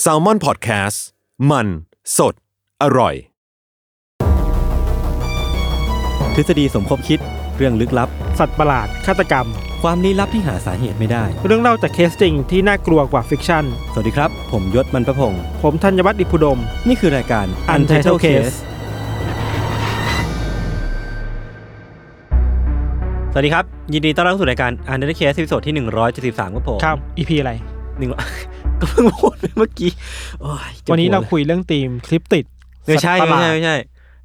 แซลมอนพอดแคสต์มันสดอร่อย ทฤษฎีสมคบคิดเรื่องลึกลับ สัตว์ประหลาด ฆาตกรรม ความลี้ลับที่หาสาเหตุไม่ได้ เรื่องเล่าจากเคสจริงที่น่ากลัวกว่าฟิกชั่น สวัสดีครับ ผมยศมันประพงศ์ ผมธัญวัฒน์อิพุดม นี่คือรายการ Untitled Case สวัสดีครับ ยินดีต้อนรับเข้าสู่รายการ Untitled Case ตอนที่ 173ครับผม ครับอีพีอะไร หนึ่งร้อย ก็เพิ่งพูดไปเมื่อกี้โอ้ยจ็บ วันนี้ หั เราคุยเรื่องธีมคลิปติด ไม่ใช่ สัตว์ประห ไม่ ลาด ใช่ไม่ใช่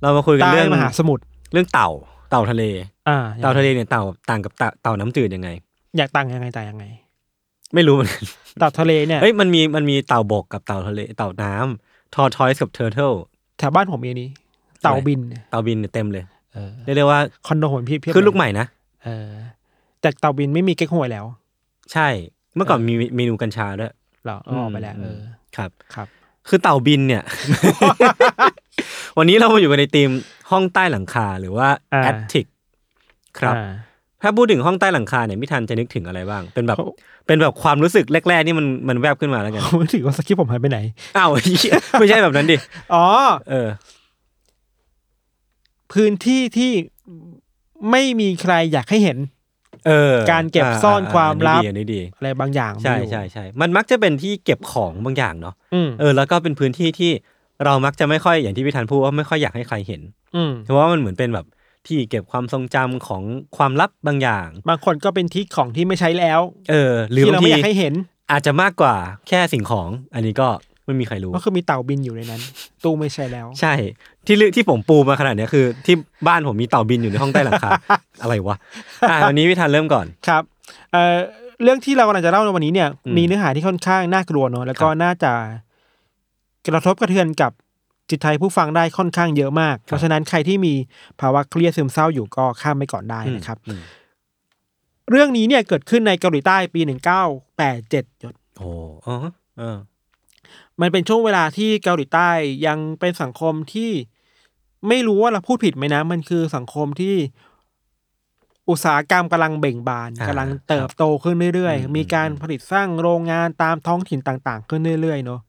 เรามาคุยกัน ใต้ เรื่อง มหาสมุทร เรื่องเต่าเต่าทะเล อ่า เต่าทะเลเนี่ยเต่าต่างกับเต่าเต่าน้ำจืดยังไง อยากต่างยังไงต่างยังไง ไม่รู้เหมือน กัน เต่าทะเลเนี่ย เอ้ยมันมีมันมีเต่าบกกับเต่าทะเลเต่าน้ำทอทอยส์กับเทอร์เทิล แถวบ้านผมเองนี้ เต่าบินเนี่ย เต่าบินเนี่ยเต็มเลย เออ เรียกได้ว่า คอนโดผมพี่เพียบ ขึ้นลูกใหม่นะ เออแต่เต่าบินไม่มีเก๊กหวยแล้ว ใช่เมื่อก่อนมีเมนูกัญชาด้วย เหรอเอาออกไปแล้ว อื เอ ม อ ครับ ครับ คือเต่าบินเนี่ย วันนี้เรามาอยู่กันในทีมห้องใต้หลังคาหรือว่า อ่า แอตติกครับ อ่า ถ้าพูดถึงห้องใต้หลังคาเนี่ยพี่ทันจะนึกถึงอะไรบ้าง เป็น แบบ เขา เป็นแบบความรู้สึกแรกๆนี่มันมันแวบขึ้นมาแล้ว กัน ผมรู้สึกว่าสคริปต์ผมหายไปไหน อ้าว เหี้ยไม่ใช่แบบนั้นดิ อ๋อ เออ พื้นที่ที่ไม่มีใครอยากให้เห็น เออ การเก็บซ่อนความลับ อันนี้ดีอันนี้ดี อะไรบางอย่าง ใช่ มีอยู่ ใช่ใช่มันมักจะเป็นที่เก็บของบางอย่างเนาะ อืม เออแล้วก็เป็นพื้นที่ที่เรามักจะไม่ค่อยอย่างที่พี่ธันพูดว่าไม่ค่อยอยากให้ใครเห็น อืม เพราะว่ามันเหมือนเป็นแบบที่เก็บความทรงจำของความลับบางอย่าง บางคนก็เป็นทิศของที่ไม่ใช้แล้ว เออ หรือ ที่ บางเราทีไม่อยากให้เห็น อาจจะมากกว่าแค่สิ่งของ อันนี้ก็ไม่มีใครรู้ ก็คือมีเต่าบินอยู่ในนั้น ตู้ไม่ใช้แล้ว ใช่ที่เลือกที่ผมปูมาขนาดเนี้ยคือ ที่บ้านผมมีเต่าบินอยู่ในห้องใต้หลังคา อะไรวะอ่ะวันนี้พี่ธันเริ่มก่อน ครับเอ่อเรื่องที่เรากำลังจะเล่าในวันนี้เนี่ย อืม มีเนื้อหาที่ค่อนข้างน่ากลัวเนอะแล้วก็ ครับ น่าจะกระทบกระเทือนกับจิตใจผู้ฟังได้ค่อนข้างเยอะมาก เพราะฉะนั้นใครที่มีภาวะเครียดซึมเศร้าอยู่ก็ข้ามไปก่อนได้นะครับ อืม เรื่องนี้เนี่ยเกิดขึ้นในเกาหลีใต้ปี 1987ยศ โอ้อ๋อเออ มันเป็นช่วงเวลาที่เกาหลีใต้ยังเป็นสังคมที่ไม่รู้ว่าเราพูดผิดไหมนะ มันคือสังคมที่อุตสาหกรรมกำลังเบ่งบาน อ่าก ำลังเติบโตขึ้นเรื่อย อืม ๆ มีการผลิตสร้างโรงงานตามท้องถิ่นต่าง ๆ ขึ้นเรื่อย ๆ เนาะ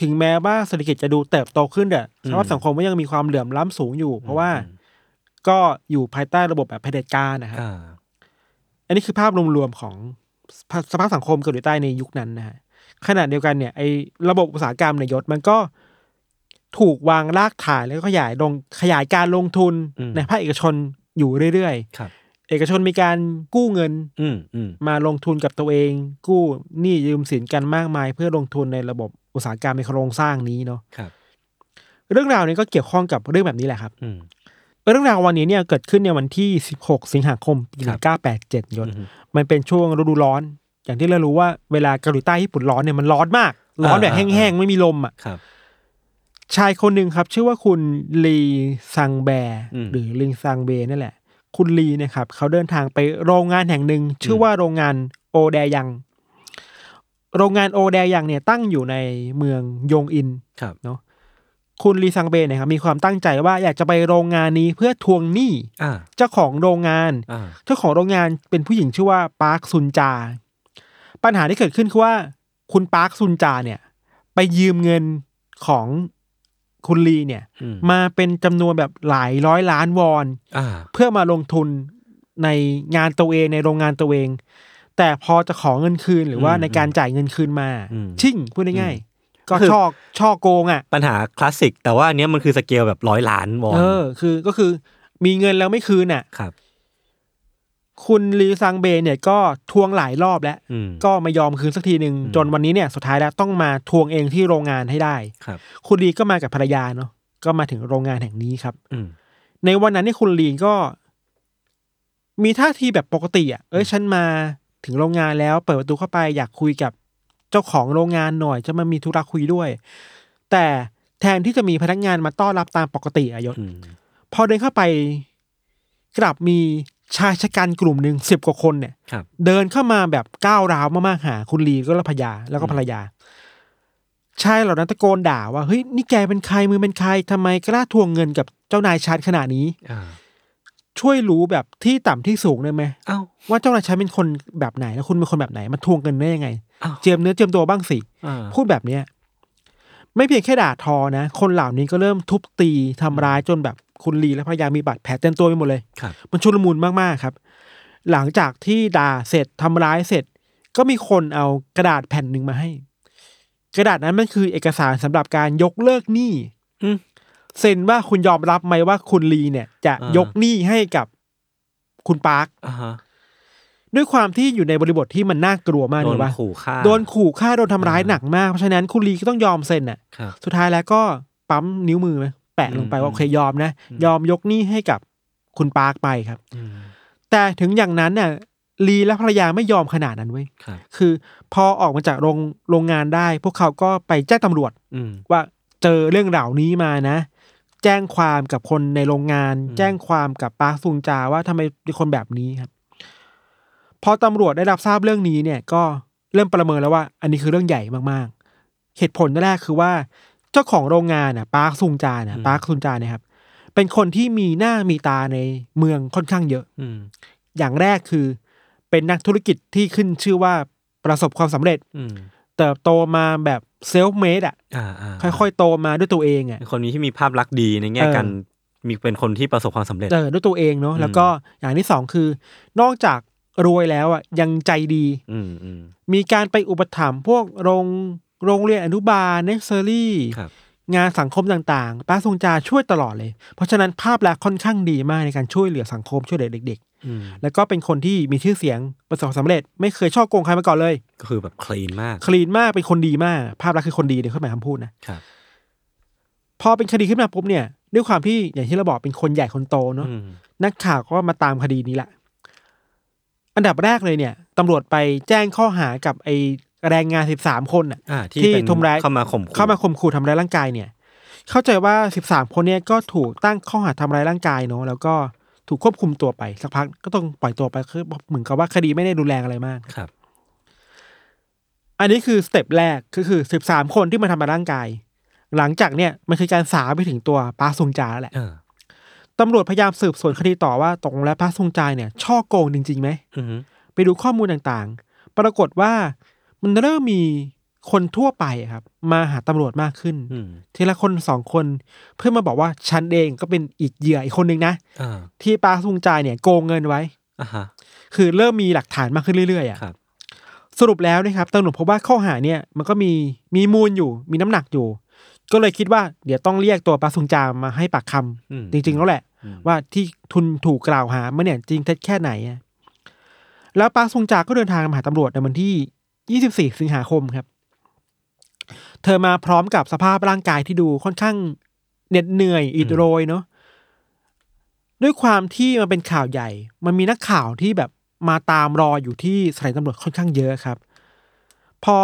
ถึงแม้ว่าเศรษฐกิจจะดูเติบโตขึ้นแต่สภาพสังคมก็ยังมีความเหลื่อมล้ำสูงอยู่ เพราะว่าก็อยู่ภายใต้ระบบแบบเผด็จการนะครับ อ่า อันนี้คือภาพรวมๆของสภาสภาพสังคมเกาหลีใต้ในยุคนั้นนะฮะขณะเดียวกันเนี่ยไอ้ระบบอุตสาหกรรมในยยศมันก็ถูกวางรากฐานแล้วก็ขยายลงขยายการลงทุน อืม ในภาคเอกชนอยู่เรื่อย ครับ ๆ เอกชนมีการกู้เงิน อืมอืม มาลงทุนกับตัวเอง กู้หนี้ยืมสินกันมากมาย เพื่อลงทุนในระบบอุตสาหกรรมในโครงสร้างนี้เนาะ ครับ เรื่องราวนี้ก็เกี่ยวข้องกับเรื่องแบบนี้แหละครับ อืม เรื่องราววันนี้เนี่ยเกิดขึ้นในวันที่ 16 สิงหาคมปี ครับ 1987ยศ มันเป็นช่วงฤดูร้อน อย่างที่เรารู้ว่าเวลาเกาหลีใต้ญี่ปุ่นร้อนเนี่ยมันร้อนมาก ร้อนแบบแห้งๆ ไม่มีลมอ่ะ ครับ ชายคนหนึ่งครับ ชื่อว่าคุณลีซังแบร์ อืม หรือลิงซังเบร์นั่นแหละ คุณลีเนะครับ เขาเดินทางไปโรงงานแห่งหนึ่ง ชื่อว่าโรงงานโอแดยัง โรงงานโอแดยังเนี่ยตั้งอยู่ในเมืองยงอิน ครับ คุณลีซังเบร์เนะครับมีความตั้งใจว่าอยากจะไปโรงงานนี้เพื่อทวงหนี้ อ่า เจ้าของโรงงาน อ่า เจ้าของโรงงานเป็นผู้หญิงชื่อว่าปาร์คซุนจา ปัญหาที่เกิดขึ้นคือว่า คุณปาร์คซุนจาเนี่ย ไปยืมเงินของคุณลีเนี่ย อืม มาเป็นจำนวนแบบหลายร้อยล้านวอน อ่า เพื่อมาลงทุนในงานตัวเองในโรงงานตัวเอง แต่พอจะขอเงินคืนหรือว่า อืม ในการจ่ายเงินคืนมา อืม ชิ่งพูดง่าย อื ๆก็ คือ ช่อช่อโกงอ่ะ ปัญหาคลาสสิก แต่ว่าอันเนี้ยมันคือสเกลแบบร้อยล้านวอน เออ คือก็คือมีเงินแล้วไม่คืนอ่ะ ครับ คุณลีซังเบย์เนี่ยก็ทวงหลายรอบแล้ว อืม ก็ไม่ยอมคืนสักทีหนึ่ง อืม จนวันนี้เนี่ยสุดท้ายแล้วต้องมาทวงเองที่โรงงานให้ได้ ครับ คุณลีก็มากับภรรยาเนาะก็มาถึงโรงงานแห่งนี้ครับ อืม ในวันนั้นเนี่ยคุณลีก็ มีท่าทีแบบปกติอ่ะเอ้ยฉันมาถึงโรงงานแล้ว เปิดประตูเข้าไปอยากคุยกับ เจ้าของโรงงานหน่อยจะมามีธุระคุยด้วย แต่แทนที่จะมีพนักงานมาต้อนรับตามปกติอะยศ อืม พอเดินเข้าไป กลับมีชายชะกันกลุ่มหนึ่งสิบกว่าคนเนี่ย ครับ เดินเข้ามาแบบก้าวร้าวมากๆหา คุณลีก็และภรรยาแล้วก็ภรรยาชายเหล่านั้นตะโกนด่าว่าเฮ้ยนี่แกเป็นใครมือเป็นใครทำไมกล้าทวงเงินกับเจ้านายชันขนาดนี้ อ่า ช่วยรู้แบบที่ต่ำที่สูงได้ไหม เอ้า ว่าเจ้านายชันเป็นคนแบบไหนแล้วคุณเป็นคนแบบไหนมาทวงเงินได้ยังไง เอ้า เจียมเนื้อเจียมตัวบ้างสิ อ่า พูดแบบเนี้ยไม่เพียงแค่ด่าทอนะ คนเหล่านี้ก็เริ่มทุบตีทำร้ายจนแบบคุณลีและภรรยามีบาดแผลเต็มตัวไปหมดเลย ครับ มันชุลมุนมาก ๆ ครับ หลังจากที่ด่าเสร็จทำร้ายเสร็จ ก็มีคนเอากระดาษแผ่นหนึ่งมาให้ กระดาษนั้นมันคือเอกสารสำหรับการยกเลิกหนี้ อืม เซ็นว่าคุณยอมรับไหมว่าคุณลีเนี่ย จะ อ่าย ยกหนี้ให้กับคุณปาร์ค อ่าฮะ ด้วยความที่อยู่ในบริบทที่มันน่ากลัวมาก โด เล น ยว่า ขู่ฆ่า โดนขู่ฆ่าโดนทำร้ายหนักมาก เพราะฉะนั้นคุณลีก็ต้องยอมเซ็นน่ะ ครับ สุดท้ายแล้วก็ปั๊มนิ้วมือไหมแปะลงไปว่า อืม โอเคยอมนะ ยอมยกหนี้ให้กับคุณปาร์คไปครับ อืม แต่ถึงอย่างนั้นน่ะลีและภรรยาไม่ยอมขนาดนั้นเว้ย ครับ คือพอออกมาจากโรงโรงงานได้ พวกเขาก็ไปแจ้งตำรวจ อืม ว่าเจอเรื่องเหล่านี้มานะ แจ้งความกับคนในโรงงาน อืม แจ้งความกับปาร์คซุงจาว่าทำไมเป็นคนแบบนี้ครับ พอตำรวจได้รับทราบเรื่องนี้เนี่ย ก็เริ่มประเมินแล้วว่า อันนี้คือเรื่องใหญ่มากๆ เหตุผลแรกคือว่า เจ้าของโรงงานน่ะปาร์คซุงจาน่ะปาร์คซุงจาเนี่ยครับเป็นคนที่มีหน้ามีตาในเมืองค่อนข้างเยอะ อืม อย่างแรกคือเป็นนักธุรกิจที่ขึ้นชื่อว่าประสบความสำเร็จ อืม เติบโตมาแบบเซลฟ์เมดอ่ะ อ่าอ่า ค่อยๆ โตมาด้วยตัวเองอ่ะ เป็นคนนี้ที่มีภาพลักษณ์ดีในแง่ เออ การมีเป็นคนที่ประสบความสำเร็จ เออด้วยตัวเองเนาะแล้วก็อย่างที่สองคือ นอกจากรวยแล้วอ่ะยังใจดี อืมอืม มีการไปอุปถัมภ์พวกโรงโรงเรียนอนุบาลเนสเซอรี่ ครับ งานสังคมต่างๆ ป้าทรงจาช่วยตลอดเลย เพราะฉะนั้นภาพลักษณ์ค่อนข้างดีมากในการช่วยเหลือสังคมช่วยเหลือเด็ก อืม ๆ แล้วก็เป็นคนที่มีชื่อเสียงประสบความสำเร็จ ไม่เคยช่อโกงใครมาก่อนเลย ก็คือแบบคลีนมาก คลีนมากเป็นคนดีมาก ภาพลักษณ์คือคนดีเดี๋ยวเข้าหมายคำพูดนะครับ พอเป็นคดีขึ้นมาปุ๊บเนี่ย ด้วยความที่อย่างที่เราบอกเป็นคนใหญ่คนโตเนาะ อืม นักข่าวก็มาตามคดีนี้แหละ อันดับแรกเลยเนี่ยตำรวจไปแจ้งข้อหากับไอแรงงานสิบสามคนน่ะ อ่าที่ ที่ เป็น ทำร้าย เข้ามาข่มขู่ เข้ามาข่มขู่ทำร้ายร่างกายเนี่ย เข้าใจว่าสิบสามคนเนี่ยก็ถูกตั้งข้อหาทำร้ายร่างกายเนาะแล้วก็ถูกควบคุมตัวไปสักพักก็ต้องปล่อยตัวไปคือเหมือนกับว่าคดีไม่ได้รุนแรงอะไรมาก ครับ อันนี้คือสเต็ปแรกก็คือสิบสามคนที่มาทำร้ายร่างกาย หลังจากเนี่ยมันคือการสาวไปถึงตัวป้าซุงจาแล้วแหละ เออ ตำรวจพยายามสืบสวนคดีต่อว่าตกลงแล้วป้าซุงจาเนี่ยช่อโกงจริงๆไหม อืม ไปดูข้อมูลต่างๆ ปรากฏว่ามันเริ่มมีคนทั่วไปอะครับ มาหาตำรวจมากขึ้น อืม ทีละคนสองคนเพื่อมาบอกว่าฉันเองก็เป็นอีกเหยื่ออีกคนนึงนะ อ่า ที่ป้าซุงจาเนี่ยโกงเงินไว้ อ่าฮะ คือเริ่มมีหลักฐานมากขึ้นเรื่อยๆอะ ครับ สรุปแล้วนะครับตำรวจพบว่าข้อหาเนี่ยมันก็มีมีมูลอยู่ มีน้ำหนักอยู่ ก็เลยคิดว่าเดี๋ยวต้องเรียกตัวปาซุงจามาให้ปากคำ อืม จริง ๆ แล้วแหละ อืม ว่าที่ทุนถูกกล่าวหามาเนี่ยจริงเท็จแค่ไหนอะแล้วปาซุงจาก็เดินทางมาหาตำรวจในวันที่ 24 สิงหาคมครับ เธอมาพร้อมกับสภาพร่างกายที่ดูค่อนข้างเหน็ดเหนื่อยอิดโรยเนาะ ด้วยความที่มันเป็นข่าวใหญ่ มันมีนักข่าวที่แบบมาตามรออยู่ที่สถานีตำรวจค่อนข้างเยอะครับ พอ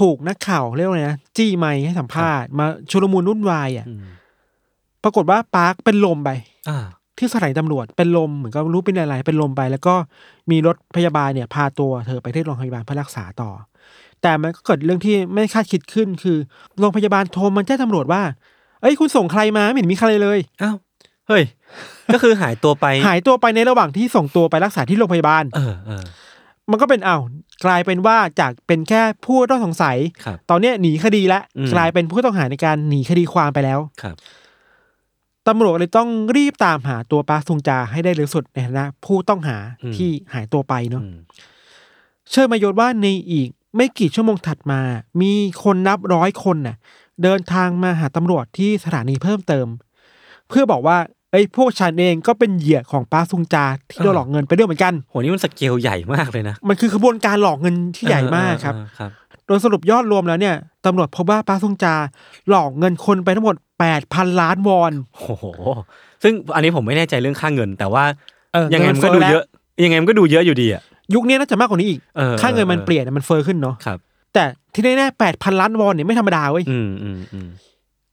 ถูกนักข่าวเรียกว่าไงนะจี้ไมค์ให้สัมภาษณ์มาชุลมุนวุ่นวายอ่ะ อืม ปรากฏว่าปาร์คเป็นลมไป อ่า ที่สถานีตำรวจเป็นลมเหมือนก็รู้เป็นอะไรเป็นลมไป แล้วก็มีรถพยาบาลเนี่ย พาตัวเธอไปที่โรงพยาบาลเพื่อรักษาต่อ แต่มันก็เกิดเรื่องที่ไม่คาดคิดขึ้นคือโรงพยาบาลโทรมาแจ้งตำรวจว่า เอ้ยคุณส่งใครมาไม่เห็นมีใครเลย อ้าวเฮ้ย ก็คือหายตัวไป หายตัวไปในระหว่างที่ส่งตัวไปรักษาที่โรงพยาบาล เออเออ มันก็เป็นอ้าวกลายเป็นว่าจากเป็นแค่ผู้ต้องสงสัย ครับ ตอนเนี้ยหนีคดีแล้ว อืม กลายเป็นผู้ต้องหาในการหนีคดีความไปแล้ว ครับ ตำรวจเลยต้องรีบตามหาตัวปาร์คซุงจาให้ได้เร็วสุดในฐานะผู้ต้องหา อืม ที่หายตัวไปเนาะ อืม เชื่อมายศว่าในอีกไม่กี่ชั่วโมงถัดมา มีคนนับร้อยคนน่ะ เดินทางมาหาตำรวจที่สถานีเพิ่มเติม เพื่อบอกว่าเอ้ยพวกฉันเองก็เป็นเหยื่อของป้าซุงจาที่โดนหลอกเงินไปด้วยเหมือนกัน โหนี่มันสเกลใหญ่มากเลยนะ มันคือขบวนการหลอกเงินที่ใหญ่มากครับ เออเออเออครับ โดยสรุปยอดรวมแล้วเนี่ยตำรวจพบว่าป้าซุงจาหลอกเงินคนไปทั้งหมด 8,000 ล้านวอน โอ้โห ซึ่งอันนี้ผมไม่แน่ใจเรื่องค่าเงิน แต่ว่า เออ ยังไงมันก็ดูเยอะ ยังไงมันก็ดูเยอะอยู่ดีอ่ะ ยุคนี้น่าจะมากกว่านี้อีก เออ ค่าเงินมัน เออ เปลี่ยนมันเฟ้อขึ้นเนาะ ครับ แต่ แต่ที่แน่ๆแปดพันล้านวอนเนี่ยไม่ธรรมดาเว้ย อืมอืมอืม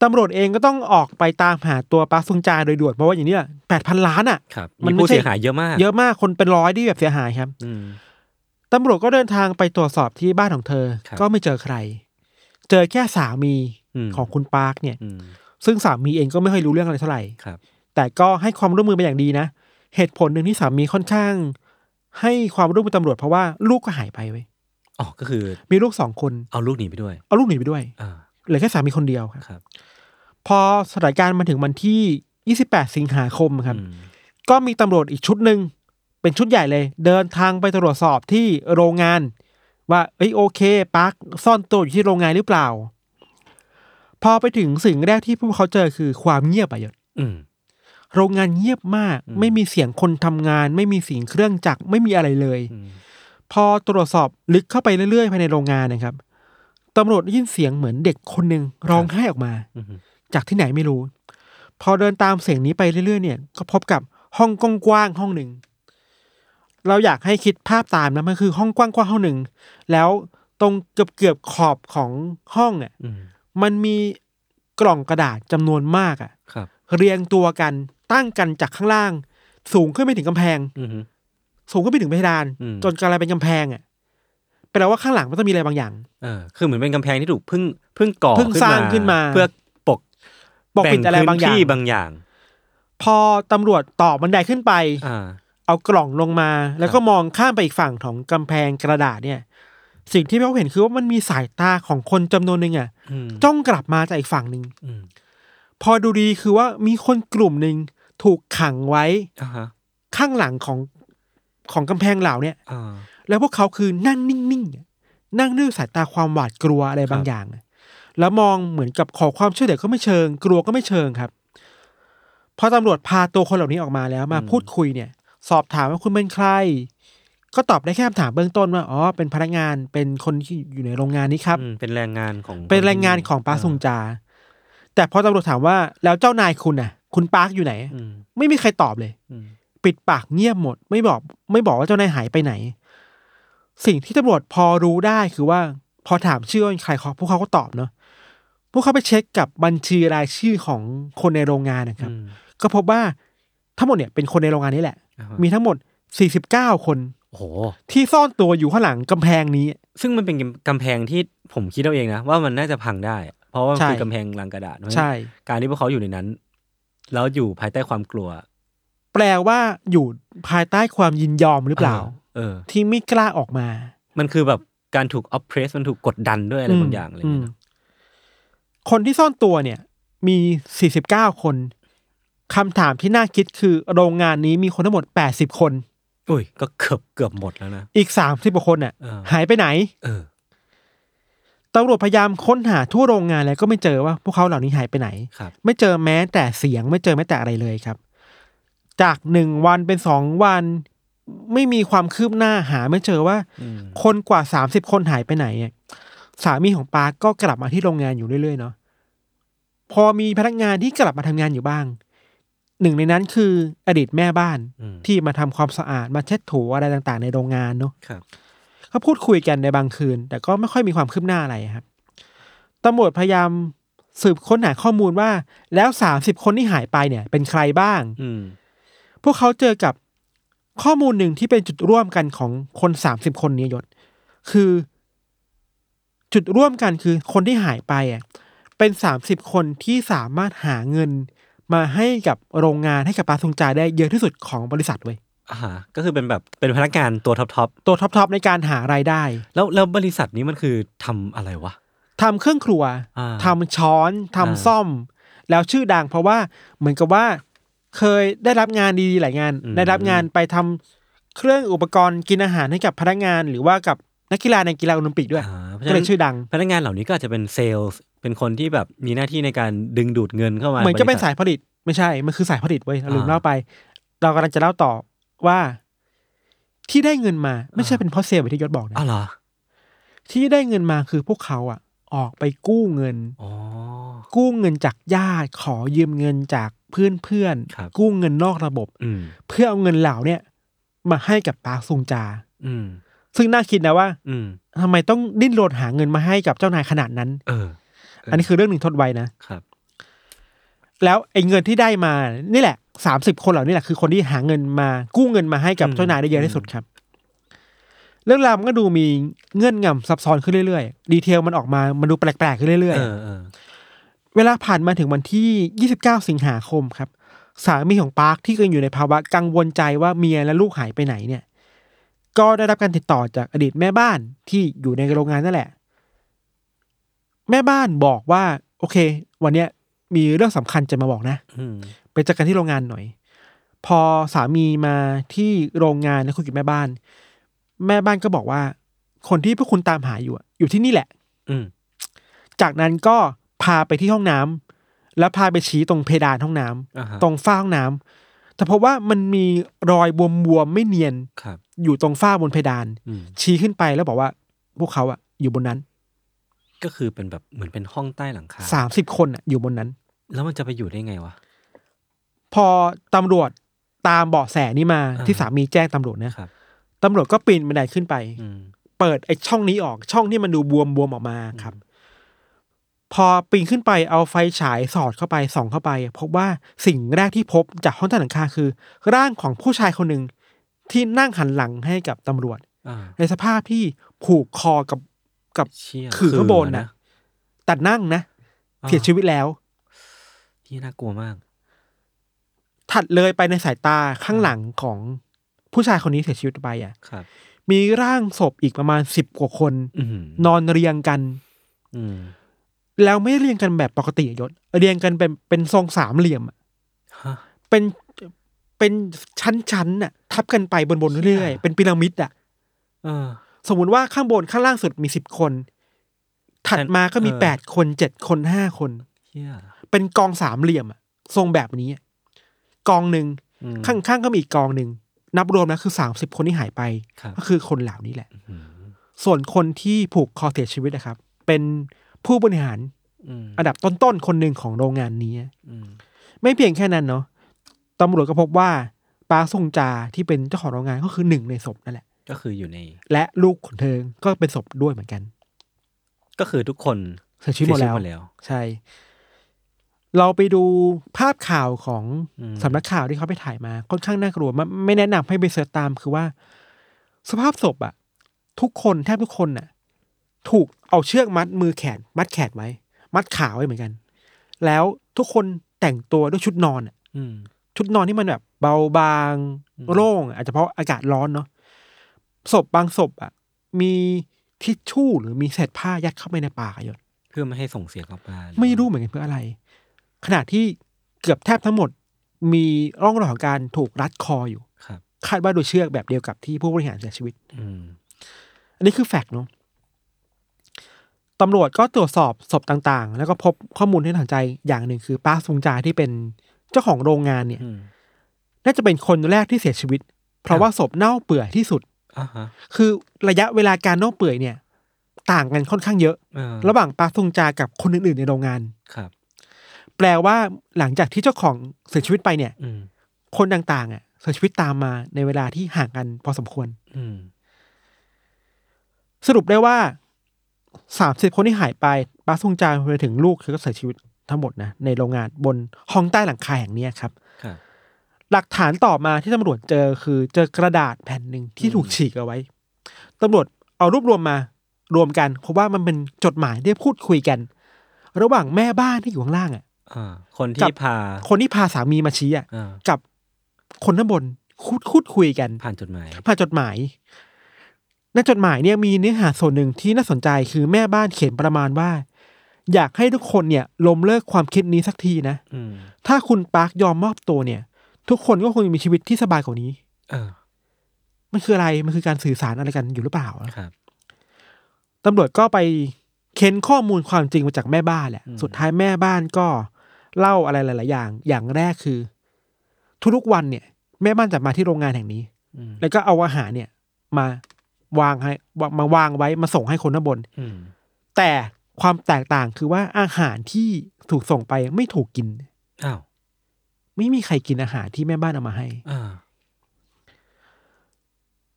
ตำรวจเองก็ต้องออกไปตามหาตัวปาซุงจาโดยด่วนเพราะว่าอย่างเนี้แปดพันล้านอ่ะ ครับ มั มี นไม่ ผู้ ใช่ เสียหายเยอะมาก เยอะมากคนเป็นร้อยที่แบบเสียหายครับ อืม ตำรวจก็เดินทางไปตรวจสอบที่บ้านของเธอ ครับ ก็ไม่เจอใคร เจอแค่สามี อืม ของคุณปาร์คเนี่ย อืม ซึ่งสามีเองก็ไม่ค่อยรู้เรื่องอะไรเท่าไหร่ ครับ แต่ก็ให้ความร่วมมือไปนอย่างดีนะ เหตุผลหนึ่งที่สามีค่อนข้าง ให้ความร่วมมือตำรวจเพราะว่าลูกก็หายไปเว้ย อ๋อ ก็คือ มีลูกสองคน เอาลูกหนีไปด้วย เอาลูกหนีไปด้วย อ่า เหลือแค่สามีคนเดียวครับ ครับ พอสถานการณ์มาถึงวันที่ 28 สิงหาคมครับ อืม ก็มีตำรวจอีกชุดหนึ่งเป็นชุดใหญ่เลย เดินทางไปตรวจสอบที่โรงงาน ว่าเอ้ยโอเคปาร์คซ่อนตัวอยู่ที่โรงงานหรือเปล่า พอไปถึงสิ่งแรกที่พวกเขาเจอคือความเงียบอะยศ อืม โรงงานเงียบมาก อืม ไม่มีเสียงคนทำงาน ไม่มีเสียงเครื่องจักรไม่มีอะไรเลย อืม พอตรวจสอบลึกเข้าไปเรื่อยๆภายในโรงงานนะครับตำรวจได้ยินเสียงเหมือนเด็กคนหนึ่งร้องไห้ออกมา อืม จากที่ไหนไม่รู้ พอเดินตามเสียงนี้ไปเรื่อยๆ เนี่ยก็พบกับห้องกว้างๆห้องหนึ่ง เราอยากให้คิดภาพตามนะมันคือห้องกว้างๆห้องหนึ่ง แล้วตรงเกือบๆขอบของห้องอ่ะ อืม มันมีกล่องกระดาษจำนวนมากอ่ะ ครับ เรียงตัวกันตั้งกันจากข้างล่าง สูงขึ้นไปถึงกำแพง อืม สูงขึ้นไปถึงเพดาน อืม จนกลายเป็นกำแพงอ่ะแปลว่าข้างหลังมันต้องมีอะไรบางอย่าง เออ คือเหมือนเป็นกำแพงที่ถูกเพึ่งเพึ่งก่อ เพิ่งสร้างขึ้นมา เพื่อปก ปกปิดอะไรบางอย่า แพื้น ง ที่บางอย่าง พอตำรวจต่อบันไดขึ้นไป อ่า เอากล่องลงมาแล้วก็มองข้ามไปอีกฝั่งของกำแพงกระดาษเนี่ย สิ่งที่เขาเห็นคือว่ามันมีสายตาของคนจำนวนหนึ่งอ่ะ อืม จ้องกลับมาจากอีกฝั่งหนึ่ง อืม พอดูดีคือว่ามีคนกลุ่มหนึ่งถูกขังไว้ อ่าฮะ ข้างหลังของของกำแพงเหล่าเนี่ย อ่า แล้วพวกเขาคือนั่งนิ่งๆอะนั่งด้วยสายตาความหวาดกลัวอะไรบาคงรับ อย่างอะแล้วมองเหมือนกับขอความช่วยเหลือก็ไม่เชิง กลัวก็ไม่เชิงครับ พอตำรวจพาตัวคนเหล่านี้ออกมาแล้วมาพูดคุยเนี่ย สอบถามว่าคุณเป็นใคร ก็ตอบได้แค่คำถามเบื้องต้นว่าอ๋อเป็นพนักงานเป็นคนที่อยู่ในโรงงานนี้ครับ อืมเป็นแรงงานของ เป็นแรงงานของปาร์คซุงจา แต่พอตำรวจถามว่าแล้วเจ้านายคุณน่ะ คุณปาร์คอยู่ไหน อืม ไม่มีใครตอบเลย อืม ปิดปากเงียบหมด ไม่บอก ไม่บอกว่าเจ้านายหายไปไหน สิ่งที่ตำรวจพอรู้ได้คือว่า พอถามชื่อว่าใครเขาพวกเขาก็ตอบเนาะพวกเขาไปเช็คกับบัญชีรายชื่อของคนในโรงงานนะครับ อืม ก็พบว่าทั้งหมดเนี่ยเป็นคนในโรงงานนี้แหละ อ่าฮะ มีทั้งหมด 49 คน โอ้โห ที่ซ่อนตัวอยู่ข้างหลังกำแพงนี้ ซึ่งมันเป็นกำแพงที่ผมคิดเอาเองนะ ว่ามันน่าจะพังได้ เพราะว่ามัน ใช่ คือกำแพงลังกระดาษเพราะฉะนั้น ใช่ การที่พวกเขาอยู่ในนั้น แล้วอยู่ภายใต้ความกลัว แปลว่าอยู่ภายใต้ความยินยอมหรือเปล่า เออ ที่ไม่กล้าออกมา มันคือแบบการถูก oppress มันถูกกดดันด้วยอะไรบางอย่างอะไรอย่างเงี้ยเนอะ มคนที่ซ่อนตัวเนี่ยมี 49 คนคำถามที่น่าคิดคือโรงงานนี้มีคนทั้งหมด 80 คน อุ้ย ก็เกือบเกือบหมดแล้วนะ อีก 30กว่าคนน่ะ เออ หายไปไหน เออ ตำรวจพยายามค้นหาทั่วโรงงานแล้วก็ไม่เจอว่าพวกเขาเหล่านี้หายไปไหน ครับ ไม่เจอแม้แต่เสียงไม่เจอแม้แต่อะไรเลยครับ จากหนึ่งวันเป็นสองวัน ไม่มีความคืบหน้าหาไม่เจอว่า อืม คนกว่าสามสิบคนหายไปไหนเนี่ยสามีของปาร์คก็กลับมาที่โรงงานอยู่เรื่อยๆเนาะพอมีพนักงานที่กลับมาทำงานอยู่บ้าง หนึ่งในนั้นคืออดีตแม่บ้าน อืม ที่มาทำความสะอาดมาเช็ดถูอะไรต่างๆ ในโรงงานเนาะ ครับ ก็พูดคุยกันในบางคืน แต่ก็ไม่ค่อยมีความคืบหน้าอะไรครับตำรวจพยายามสืบค้นหาข้อมูลว่า แล้วสามสิบคนที่หายไปเนี่ย เป็นใครบ้าง อืม พวกเขาเจอกับข้อมูลหนึ่งที่เป็นจุดร่วมกันของคนสามสิบคนนี้ยศ คือ จุดร่วมกันคือคนที่หายไปอ่ะเป็นสามสิบคนที่สามารถหาเงินมาให้กับโรงงานให้กับปาซุงจาได้เยอะที่สุดของบริษัทเว้ย อ่าฮะก็คือเป็นแบบเป็นพนักงานตัวท็อปทอป ตัวท็อปๆในการหารายได้ ๆแล้วแล้วบริษัทนี้มันคือทำอะไรวะ ทำเครื่องครัว อ่า ทำช้อนทำ อ่า ซ่อม แล้วชื่อดังเพราะว่าเหมือนกับว่าเคยได้รับงานดีๆหลายงาน ได้รับงานไปทำเครื่องอุปกรณ์กินอาหารให้กับพนักงาน หรือว่ากับนักกีฬาในกีฬาโอลิมปิกด้วย อ่าเพราะ ก็ ฉะ เล นั้ ย น ชื่อดัง พนักงานเหล่านี้ก็อาจจะเป็นเซลล์เป็นคนที่แบบมีหน้าที่ในการดึงดูดเงินเข้ามา เหมือนจะเป็น บริษัท สายผลิตไม่ใช่ มันคือสายผลิตเว้ยเราลืม อ่า เล่าไป เรากำลังจะเล่าต่อว่า ที่ได้เงินมา ไม่ใช่เป็นเพราะเซลล์แบบที่ยศบอกนะ อ้าวเหรอ ที่ได้เงินมาคือพวกเขาอ่ะ ออกไปกู้เงิน อ๋อ กู้เงินจากญาติ ขอยืมเงินจากเพื่อนเพื่อนๆ ครับ กู้เงินนอกระบบ อืม เพื่อเอาเงินเหล่าเนี่ยมาให้กับปาร์คซุงจา อืม ซึ่งน่าคิดนะว่า อืม ทำไมต้องดิ้นรนหาเงินมาให้กับเจ้านายขนาดนั้น เออ ออั อันนี้คือเรื่องหนึ่งทดไว้นะ ครับ แล้วไอ้เงินที่ได้มานี่แหละสามสิบคนเหล่านี้แหละคือคนที่หาเงินมากู้เงินมาให้กับ อืม เจ้านายได้เยอะที่สุดครับ เรื่องราวมันก็ดูมีเงื่อนงำซับซ้อนขึ้นเรื่อยๆ ดีเทลมันออกมามันดูแปลกๆขึ้นเรื่อย เออเออ ๆ เวลาผ่านมาถึงวันที่ 29 สิงหาคมครับ สามีของปาร์คที่เคยอยู่ในภาวะกังวลใจว่าเมียและลูกหายไปไหนเนี่ย ก็ได้รับการติดต่อจากอดีตแม่บ้านที่อยู่ในโรงงานนั่นแหละ แม่บ้านบอกว่า โอเค วันเนี้ยมีเรื่องสำคัญจะมาบอกนะ อืม ไปเจอกันที่โรงงานหน่อย พอสามีมาที่โรงงานแล้วคุยกับแม่บ้าน แม่บ้านก็บอกว่า คนที่พวกคุณตามหาอยู่อะอยู่ที่นี่แหละ อืม จากนั้นก็พาไปที่ห้องน้ำแล้วพาไปชี้ตรงเพดานห้องน้ำ อ่าฮะ ตรงฝ้าห้องน้ำแต่พบว่ามันมีรอยบวมบวมๆไม่เนียน ครับ อยู่ตรงฝ้าบนเพดาน อืม ชี้ขึ้นไปแล้วบอกว่า พวกเขาอะอยู่บนนั้น ก็คือเป็นแบบเหมือนเป็นห้องใต้หลังคา สามสิบคนอะอยู่บนนั้น แล้วมันจะไปอยู่ได้ไงวะ พอตำรวจตามเบาะแสนี้มา อ่า ที่สามีแจ้งตำรวจนะครับ ตำรวจก็ปีนบันไดขึ้นไป อืม เปิดไอ้ช่องนี้ออกช่องที่มันดูบวมบวมๆออกมาครับ พอปีนขึ้นไปเอาไฟฉายสอดเข้าไปส่องเข้าไป พบว่าสิ่งแรกที่พบจากห้องใต้หลังคาคือ ร่างของผู้ชายคนหนึ่งที่นั่งหันหลังให้กับตำรวจ อ่า ในสภาพที่ผูกคอกับกับ เชี่ย ขื่อข้างบนนะแต่นั่งนะ เสียชีวิตแล้ว ที่น่ากลัวมาก ถัดเลยไปในสายตาข้างหลังของผู้ชายคนนี้เสียชีวิตไปอ่ะ ครับ มีร่างศพอีกประมาณสิบกว่าคน อืม นอนเรียงกัน อืม แล้วไม่ได้เรียงกันแบบปกติอะยศ เรียงกันเป็นเป็นทรงสามเหลี่ยมอะ ฮะ เป็นเป็นชั้นชั้นๆน่ะทับกันไปบนบนๆเรื่อย เชี่ย ๆเป็นพีระมิดอ่ะ เออ สมมติว่าข้างบนข้างล่างสุดมีสิบคน ถัดมาก็มี เออ แปดคนเจ็ดคนห้าคน เชี่ย เป็นกองสามเหลี่ยมอะทรงแบบนี้อะกองหนึ่ง อืม ข้างข้างๆก็มีอีกกองหนึ่งนับรวมแล้วคือสามสิบคนที่หายไป ครับ ก็คือคนเหล่านี้แหละ อืม ส่วนคนที่ผูกคอเสียชีวิตนะครับ เป็นผู้บริหาร อืม อันดับต้นๆคนหนึ่งของโรงงานนี้ อืม ไม่เพียงแค่นั้นเนาะ ตำรวจก็พบว่าปาซงจาที่เป็นเจ้าของโรงงานก็คือหนึ่งในศพนั่นแหละ ก็คืออยู่ใน และลูกของเธอก็เป็นศพด้วยเหมือนกัน ก็คือทุกคน เสียชีวิตหมดแล้ว เสียชีวิตหมดแล้ว ใช่ เราไปดูภาพข่าวของ อืม สำนักข่าวที่เขาไปถ่ายมาค่อนข้างน่ากลัวมันไม่แนะนำให้ไปเสิร์ชตามคือว่า สภาพศพอะทุกคนแทบทุกคนน่ะ ถูกเอาเชือกมัดมือแขน มัดแขนไว้ มัดขาไว้เหมือนกัน แล้วทุกคนแต่งตัวด้วยชุดนอนอะ อืม ชุดนอนที่มันแบบเบาบาง อืม โล่งอาจจะเพราะอากาศร้อนเนาะศพบางศพอ่ะ มีทิชชู่หรือมีเศษผ้ายัดเข้าไปในปากอะยศ เพื่อไม่ให้ส่งเสียงออกมา ไม่รู้เหมือนกันเพื่ออะไร ขณะที่เกือบแทบทั้งหมด มีร่องรอยของการถูกรัดคออยู่ ครับ คาดว่าโดยเชือกแบบเดียวกับที่ผู้บริหารเสียชีวิต อืม อันนี้คือแฟกต์เนาะตำรวจก็ตรวจสอบศพต่างๆ แล้วก็พบข้อมูลที่น่าสนใจอย่างหนึ่งคือป้าซุงจาที่เป็นเจ้าของโรงงานเนี่ย อืม น่าจะเป็นคนแรกที่เสียชีวิต เพ ค ราะ รับ ว่าศพเน่าเปื่อยที่สุด อ่าฮะ คือระยะเวลาการเน่าเปื่อยเนี่ย ต่างกันค่อนข้างเยอะ เออ ระหว่างปาซุงจากับคนอื่นๆในโรงงาน ครับ แปลว่าหลังจากที่เจ้าของเสียชีวิตไปเนี่ย อืม คนต่างๆอ่ะเสียชีวิตตามมาในเวลาที่ห่างกันพอสมควร อืม สรุปได้ว่าสามสิบคนที่หายไปปาซุงจารวมถึงลูกเธอก็เสียชีวิตทั้งหมดนะในโรงงานบนห้องใต้หลังคาแห่งเนี้ยครับ ครับ หลักฐานต่อมาที่ตำรวจเจอคือเจอกระดาษแผ่นหนึ่งที่ อืม ถูกฉีกเอาไว้ตำรวจเอารวบรวมมารวมกันพบว่ามันเป็นจดหมายที่พูดคุยกัน ระหว่างแม่บ้านที่อยู่ข้างล่างอ่ะ อ่า คน กั ที่ บ พา คนที่พาสามีมาชี้อ่ะ อ่า กับคนข้างบนคุดคุดคุยกัน ผ่านจดหมาย ผ่านจดหมาย ในจดหมายเนี่ยมีเนื้อหาส่วนหนึ่งที่น่าสนใจคือแม่บ้านเขียนประมาณว่า อยากให้ทุกคนเนี่ยล้มเลิกความคิดนี้สักทีนะ อืม ถ้าคุณปาร์คยอมมอบตัวเนี่ย ทุกคนก็คงมีชีวิตที่สบายกว่านี้ เออ มันคืออะไร มันคือการสื่อสารอะไรกันอยู่หรือเปล่า ครับ ตำรวจก็ไปเค้นข้อมูลความจริงมาจากแม่บ้านแหละ อืม สุดท้ายแม่บ้านก็เล่าอะไรหลาย ๆ อย่าง อย่างแรกคือ ทุกๆวันเนี่ย แม่บ้านจะมาที่โรงงานแห่งนี้ อืม แล้วก็เอาอาหารเนี่ย มาวางให้วางมาวางไว้มาส่งให้คนข้างบน อืม แต่ความแตกต่างคือว่าอาหารที่ถูกส่งไปไม่ถูกกิน อ้าว ไม่มีใครกินอาหารที่แม่บ้านเอามาให้ อ่า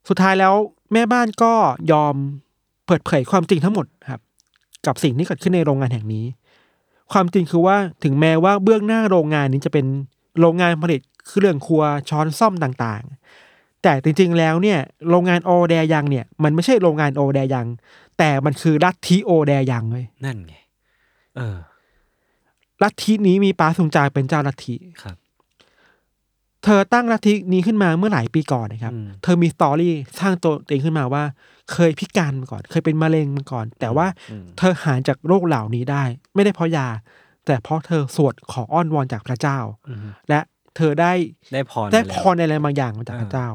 สุดท้ายแล้ว แม่บ้านก็ยอมเปิดเผยความจริงทั้งหมดครับ กับสิ่งที่เกิดขึ้นในโรงงานแห่งนี้ ความจริงคือว่าถึงแม้ว่าเบื้องหน้าโรงงานนี้จะเป็นโรงงานผลิตเครื่องครัวช้อนซ่อมต่างๆ แต่จริงๆแล้วเนี่ยโรงงานโอแดยังเนี่ยมันไม่ใช่โรงงานโอแดยัง แต่มันคือลัทธิโอแดยังเลย นั่นไง เออ ลัทธินี้มีป้าสุงจางเป็นเจ้าลัทธิ ครับ เธอตั้งลัทธินี้ขึ้นมาเมื่อหลายปีก่อนนะครับ อืม เธอมีสตอรี่สร้างตัวเองขึ้นมาว่า เคยพิการมาก่อน เคยเป็นมะเร็งมาก่อน แต่ว่าเธอหายจากโรคเหล่านี้ได้ ไม่ได้เพราะยา แต่เพราะเธอสวดขออ้อนวอนจากพระเจ้า อืม และเธอได้ ได้พร ได้ ป พ แล้ว รในอะไรบางอย่างมาจากพระเจ้า